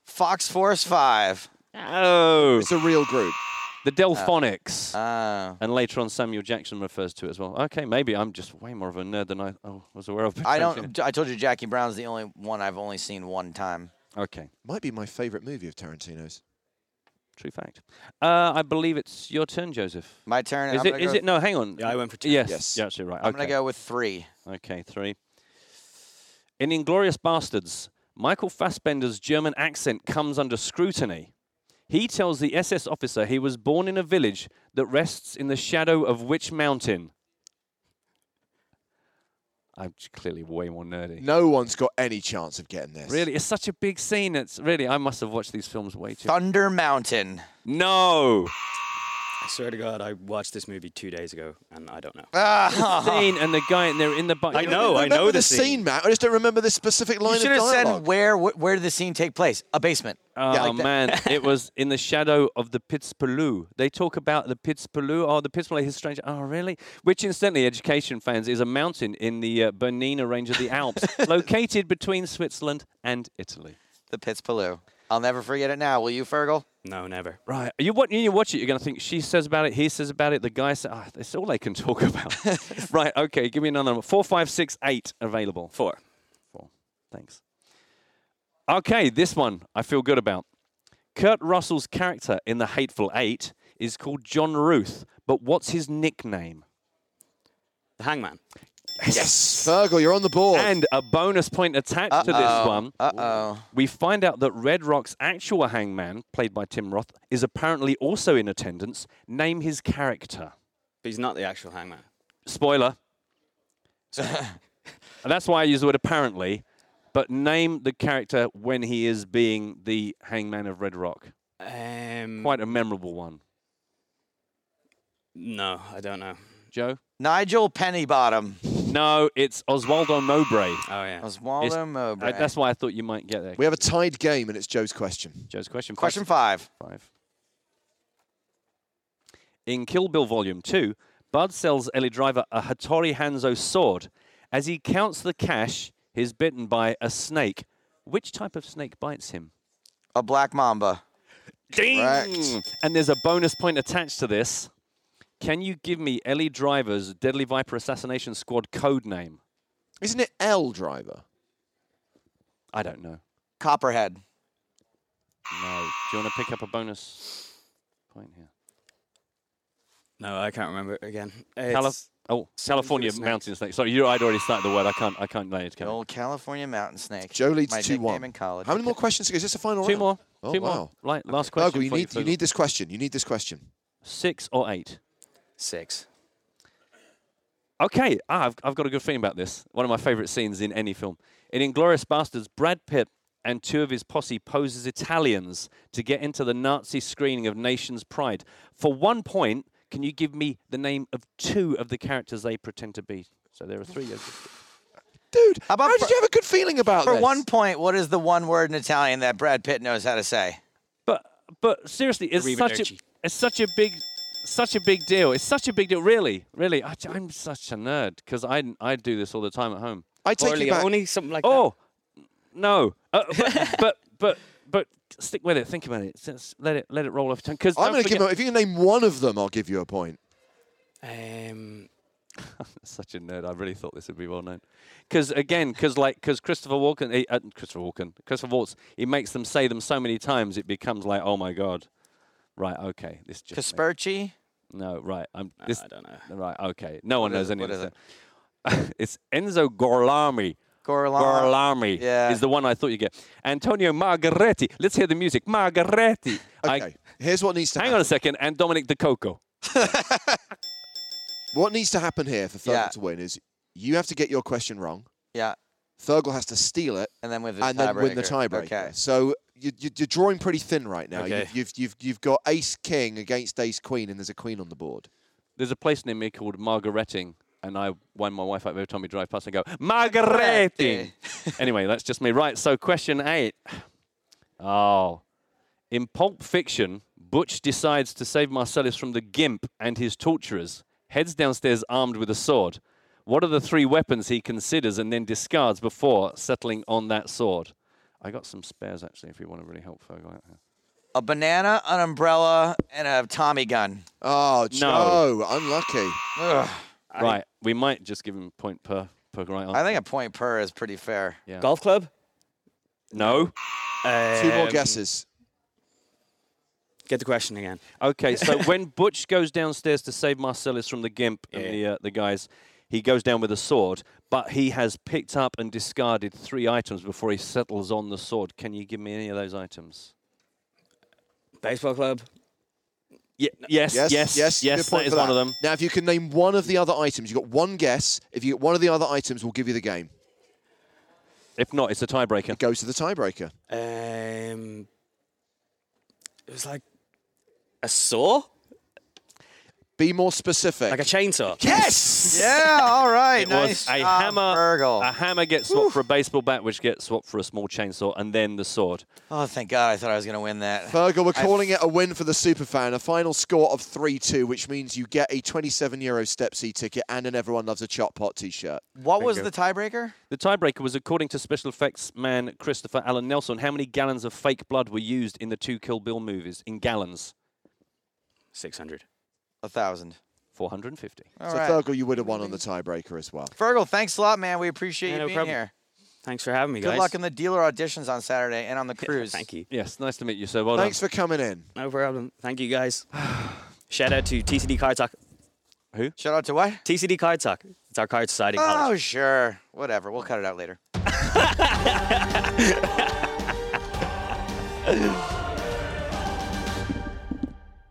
Speaker 2: Fox Force 5.
Speaker 4: Oh,
Speaker 3: It's a real group.
Speaker 2: Uh,
Speaker 4: the Delphonics.
Speaker 2: Oh.
Speaker 4: and later on, Samuel Jackson refers to it as well. Okay, maybe I'm just way more of a nerd than I oh, was aware of.
Speaker 2: I don't. I told you Jackie Brown's the only one I've only seen one time.
Speaker 4: Okay,
Speaker 3: Might be my favourite movie of Tarantino's.
Speaker 4: true fact. Uh, I believe it's your turn, Joseph.
Speaker 2: My turn.
Speaker 4: Is
Speaker 2: I'm
Speaker 4: it?
Speaker 2: gonna
Speaker 4: Is
Speaker 2: go-
Speaker 4: it? No, hang on.
Speaker 10: Yeah, I went for ten.
Speaker 4: Yes.
Speaker 3: Yes.
Speaker 4: You're absolutely right.
Speaker 2: I'm
Speaker 4: okay.
Speaker 2: gonna go with three.
Speaker 4: Okay, three. In Inglorious Bastards, Michael Fassbender's German accent comes under scrutiny. He tells the SS officer he was born in a village that rests in the shadow of which mountain? I'm j- clearly way more nerdy.
Speaker 3: No one's got any chance of getting this.
Speaker 4: Really, it's such a big scene. It's really I must have watched these films way too.
Speaker 2: Thunder Mountain.
Speaker 4: no
Speaker 10: I swear to God, I watched this movie two days ago, and I don't know.
Speaker 2: Ah,
Speaker 4: scene, and the guy and they're in the bu-
Speaker 10: I
Speaker 4: you
Speaker 10: know, I
Speaker 3: remember
Speaker 10: know
Speaker 3: the, scene, Matt. I just don't remember this specific line
Speaker 2: you should
Speaker 3: of
Speaker 2: have
Speaker 3: dialogue.
Speaker 2: said where wh- where did the scene take place? A basement.
Speaker 4: Oh
Speaker 3: Yeah, like that.
Speaker 4: man, it was in the shadow of the Piz Palu. They talk about the Piz Palu. Oh, the Piz Palu is strange. Oh, really? Which, incidentally, education fans, is a mountain in the uh, Bernina range of the Alps, located between Switzerland and Italy.
Speaker 2: The Pitts Paloo. I'll never forget it now. Will you, Fergal?
Speaker 10: No, never.
Speaker 4: Right. You watch, you watch it, you're going to think she says about it, he says about it, the guy says, ah, that's all they can talk about. right. Okay. Give me another one. Four, five, six, eight available.
Speaker 10: Four.
Speaker 4: Four. Thanks. Okay, this one I feel good about. Kurt Russell's character in The Hateful Eight is called John Ruth, but what's his nickname?
Speaker 10: The Hangman.
Speaker 3: Yes. Fergal, you're on the board.
Speaker 4: And a bonus point attached to this one.
Speaker 2: Uh oh.
Speaker 4: We find out that Red Rock's actual hangman, played by Tim Roth, is apparently also in attendance. Name his character.
Speaker 10: But he's not the actual Hangman.
Speaker 4: Spoiler. And that's why I use the word apparently, but name the character when he is being the hangman of Red Rock.
Speaker 10: Um,
Speaker 4: Quite a memorable one.
Speaker 10: No, I don't know.
Speaker 4: Joe?
Speaker 2: Nigel Pennybottom.
Speaker 4: No, it's Oswaldo Mowbray.
Speaker 10: Oh yeah.
Speaker 2: Oswaldo Mowbray.
Speaker 4: Uh, that's why I thought you might get there.
Speaker 3: we have a tied game, and it's Joe's question.
Speaker 4: Joe's question. five.
Speaker 2: Question five.
Speaker 4: five. In Kill Bill Volume 2, Bud sells Ellie Driver a Hattori Hanzo sword. As he counts the cash, he's bitten by a snake. Which type of snake bites him?
Speaker 2: A black mamba.
Speaker 4: Ding!
Speaker 3: Correct.
Speaker 4: And there's a bonus point attached to this. Can you give me Ellie Driver's Deadly Viper Assassination Squad code name?
Speaker 3: Isn't it L Driver?
Speaker 4: I don't know.
Speaker 2: Copperhead.
Speaker 4: No. Do you want to pick up a bonus point here?
Speaker 10: No, I can't remember it again. It's,
Speaker 4: Cali- oh, California
Speaker 10: snake.
Speaker 4: mountain snake. Sorry, you. I'd already started the word. I can't. I can't lay it.
Speaker 2: The
Speaker 4: Can I?
Speaker 2: old California mountain snake.
Speaker 3: Joe leads
Speaker 2: My
Speaker 3: 2 1.
Speaker 2: nickname in college.
Speaker 3: How many more questions to go? Is this a final
Speaker 4: Two
Speaker 3: round?
Speaker 4: more.
Speaker 3: Oh,
Speaker 4: Two more.
Speaker 3: wow.
Speaker 4: Like last question.
Speaker 3: Fergal, you
Speaker 4: for
Speaker 3: need, you
Speaker 4: Fergal.
Speaker 3: need this question. You need this question.
Speaker 4: six or eight.
Speaker 10: Six.
Speaker 4: Okay, ah, I've, I've got a good feeling about this. One of my favourite scenes in any film. In Inglorious Bastards, Brad Pitt and two of his posse pose as Italians to get into the Nazi screening of Nation's Pride. For one point, can you give me the name of two of the characters they pretend to be? So there are three.
Speaker 3: Dude, how,
Speaker 2: about
Speaker 3: did
Speaker 2: for-
Speaker 3: you have a good feeling about
Speaker 2: For
Speaker 3: this?
Speaker 2: one point, what is the one word in Italian that Brad Pitt knows how to say?
Speaker 4: But but seriously, it's such a
Speaker 10: Arrivederci.
Speaker 4: it's such a big such a big deal. It's such a big deal. Really, really, I, am such a nerd because I I do this all the time at home.
Speaker 3: I take you back.
Speaker 10: Corleone, something like
Speaker 4: Oh, no. Uh, but, but but but stick with it. Think about it. Just let it let it roll off. Because
Speaker 3: I'm going to give him. If you can name one of them, I'll give you a point.
Speaker 10: that. Um,
Speaker 4: such a nerd. I really thought this would be well known. Because again, because like because Christopher Walken, he, uh, Christopher Walken, Christopher Waltz, he makes them say them so many times it becomes like, oh my god. Right. Okay. This just. makes-
Speaker 2: Casperci?
Speaker 4: No. Right. I'm.
Speaker 10: no,
Speaker 4: This,
Speaker 10: I don't know.
Speaker 4: Right. Okay. No one
Speaker 2: is
Speaker 4: knows
Speaker 2: it?
Speaker 4: any
Speaker 2: What
Speaker 4: of
Speaker 2: is
Speaker 4: that. it's Enzo Gorlami.
Speaker 2: Gorlami.
Speaker 4: Gorlami
Speaker 2: Yeah.
Speaker 4: is the one I thought you'd get. Antonio Margaretti. Let's hear the music. Margaretti. Okay.
Speaker 3: Here's what needs to
Speaker 4: Hang on a second. And Dominic De Coco.
Speaker 3: What needs to happen here for Fergal
Speaker 2: Yeah.
Speaker 3: to win is you have to get your question wrong.
Speaker 2: Yeah.
Speaker 3: Fergal has to steal it
Speaker 2: And then with the
Speaker 3: and then win the tiebreaker.
Speaker 2: tiebreaker. Okay.
Speaker 3: So you, you, you're drawing pretty thin right now.
Speaker 4: Okay.
Speaker 3: You've, you've, you've, you've got ace king against ace queen, and there's a queen on the board.
Speaker 4: There's a place near me called Margaretting, and I wind my wife up every time we drive past and go, Margaretting. anyway, that's just me. Right, so question eight. Oh. In Pulp Fiction, Butch decides to save Marcellus from the Gimp and his torturers, heads downstairs armed with a sword. What are the three weapons he considers and then discards before settling on that sword? I got some spares actually if you want to really help Fogo out here.
Speaker 2: A banana, an umbrella, and a Tommy gun.
Speaker 3: Oh,
Speaker 4: No.
Speaker 3: no. Unlucky.
Speaker 4: right, we might just give him point per per right on.
Speaker 2: I think a point per is pretty fair.
Speaker 4: Yeah.
Speaker 10: Golf club?
Speaker 4: No.
Speaker 3: Two more
Speaker 10: Um,
Speaker 3: guesses.
Speaker 10: Get the question again.
Speaker 4: Okay, so when Butch goes downstairs to save Marcellus from the Gimp and the, uh, the guys, he goes down with a sword, but he has picked up and discarded three items before he settles on the sword. Can you give me any of those items?
Speaker 10: Baseball club?
Speaker 4: Yeah, yes, yes, yes, yes,
Speaker 3: good
Speaker 4: that
Speaker 3: point
Speaker 4: is
Speaker 3: for
Speaker 4: one of them.
Speaker 3: Now, if you can name one of the other items, you've got one guess. If you get one of the other items, we'll give you the game.
Speaker 4: If not, it's a tiebreaker.
Speaker 3: It goes to the tiebreaker.
Speaker 10: Um, it was like a saw?
Speaker 3: Be more specific.
Speaker 10: Like a chainsaw?
Speaker 3: yes!
Speaker 2: Yeah, all right.
Speaker 4: It
Speaker 2: nice
Speaker 4: was a
Speaker 2: job,
Speaker 4: hammer.
Speaker 2: Fergal.
Speaker 10: Ah.
Speaker 4: A hammer gets swapped for a baseball bat, which gets swapped for a small chainsaw, and then the sword.
Speaker 2: Oh, thank God. I thought I was going to win that.
Speaker 3: Fergal, we're
Speaker 2: I-
Speaker 3: calling it a win for the superfan. A final score of 3 2, which means you get a 27 euro step C ticket and an Everyone Loves a Chop Pot t shirt.
Speaker 2: What was the tiebreaker?
Speaker 4: The tiebreaker was according to special effects man Christopher Alan Nelson, how many gallons of fake blood were used in the two Kill Bill movies in gallons?
Speaker 10: 600.
Speaker 2: A thousand.
Speaker 4: 450.
Speaker 2: All
Speaker 3: so,
Speaker 2: right.
Speaker 3: Fergal, you would have won on the tiebreaker as well.
Speaker 2: Fergal, thanks a lot, man. We appreciate
Speaker 10: Yeah,
Speaker 2: you
Speaker 10: no
Speaker 2: being
Speaker 10: problem.
Speaker 2: here.
Speaker 10: Thanks for having me,
Speaker 2: Good
Speaker 10: guys.
Speaker 2: luck in the dealer auditions on Saturday and on the cruise.
Speaker 10: Thank you.
Speaker 4: Yes, nice to meet you, sir. Well done.
Speaker 3: Thanks for coming in.
Speaker 10: No problem. Thank you, guys. Shout out to TCD Card Talk.
Speaker 2: Shout out to what?
Speaker 10: TCD Card Talk. It's our card society
Speaker 2: Oh,
Speaker 10: college.
Speaker 2: sure. Whatever. We'll cut it out later.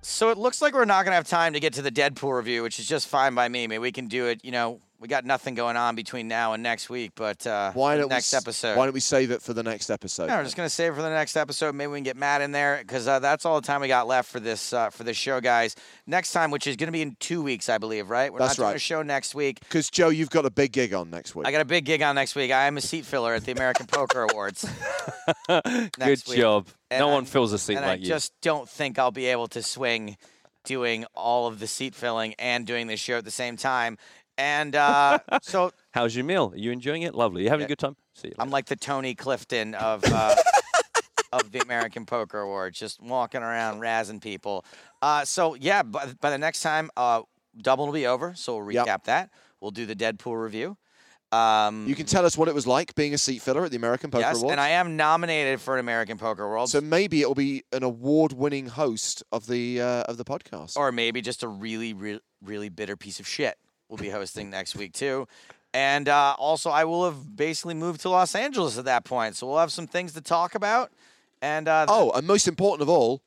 Speaker 2: so it looks like we're not going to have time to get to the Deadpool review, which is just fine by me. Maybe we can do it, you know, we got nothing going on between now and next week, but uh,
Speaker 3: Why don't
Speaker 2: next
Speaker 3: we, s-
Speaker 2: episode.
Speaker 3: Why don't we save it for the next episode?
Speaker 2: No, we're just gonna save it for the next episode. Maybe we can get Matt in there because uh, that's all the time we got left for this uh, for this show, guys. Next time, which is gonna be in two weeks, I believe, right? We're
Speaker 3: That's
Speaker 2: not doing a
Speaker 3: right.
Speaker 2: show next week.
Speaker 3: Because, Joe, you've got a big gig on next week.
Speaker 2: I got a big gig on next week. I am a seat filler at the American Poker Awards,
Speaker 4: Good
Speaker 2: next week.
Speaker 4: job.
Speaker 2: And
Speaker 4: no
Speaker 2: I'm-
Speaker 4: one fills a seat
Speaker 2: and
Speaker 4: like
Speaker 2: I
Speaker 4: you.
Speaker 2: just don't think I'll be able to swing doing all of the seat filling and doing this show at the same time. And uh, so
Speaker 4: How's your meal? Are you enjoying it? Lovely. You having
Speaker 2: Yeah.
Speaker 4: a good time? See you.
Speaker 2: I'm like the Tony Clifton of uh, of the American Poker Awards, just walking around razzing people. Uh, so yeah, by, by the next time, uh, double will be over. So we'll recap
Speaker 3: Yep.
Speaker 2: that. We'll do the Deadpool review. Um,
Speaker 3: You can tell us what it was like being a seat filler at the American Poker
Speaker 2: yes,
Speaker 3: Awards.
Speaker 2: and I am nominated for an American Poker World,
Speaker 3: so maybe it'll be an award-winning host of the uh, of the podcast.
Speaker 2: or maybe just a really, really, really bitter piece of shit. We'll be hosting next week too. And uh, also, I will have basically moved to Los Angeles at that point, so we'll have some things to talk about. And uh,
Speaker 3: Oh, and most important of all,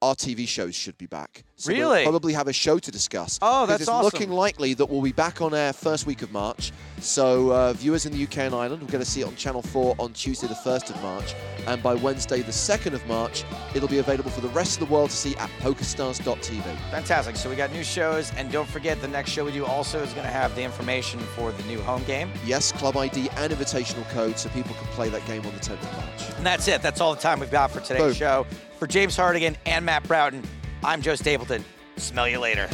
Speaker 3: our TV shows should be back. So we'll
Speaker 2: Really?
Speaker 3: probably have a show to discuss.
Speaker 2: Oh,
Speaker 3: 'Cause
Speaker 2: that's
Speaker 3: it's
Speaker 2: awesome.
Speaker 3: looking likely that we'll be back on air first week of March. So uh, viewers in the UK and Ireland will get to see it on Channel 4 on Tuesday the 1st of March. And by Wednesday the 2nd of March, it'll be available for the rest of the world to see at pokerstars.tv.
Speaker 2: Fantastic. So we got new shows, and don't forget the next show we do also is going to have the information for the new home game.
Speaker 3: Yes, Club ID and invitational code so people can play that game on the 10th of March.
Speaker 2: And that's it. That's all the time we've got for today's
Speaker 3: Boom.
Speaker 2: show. For James Hardigan and Matt Broughton, I'm Joe Stapleton. Smell you later.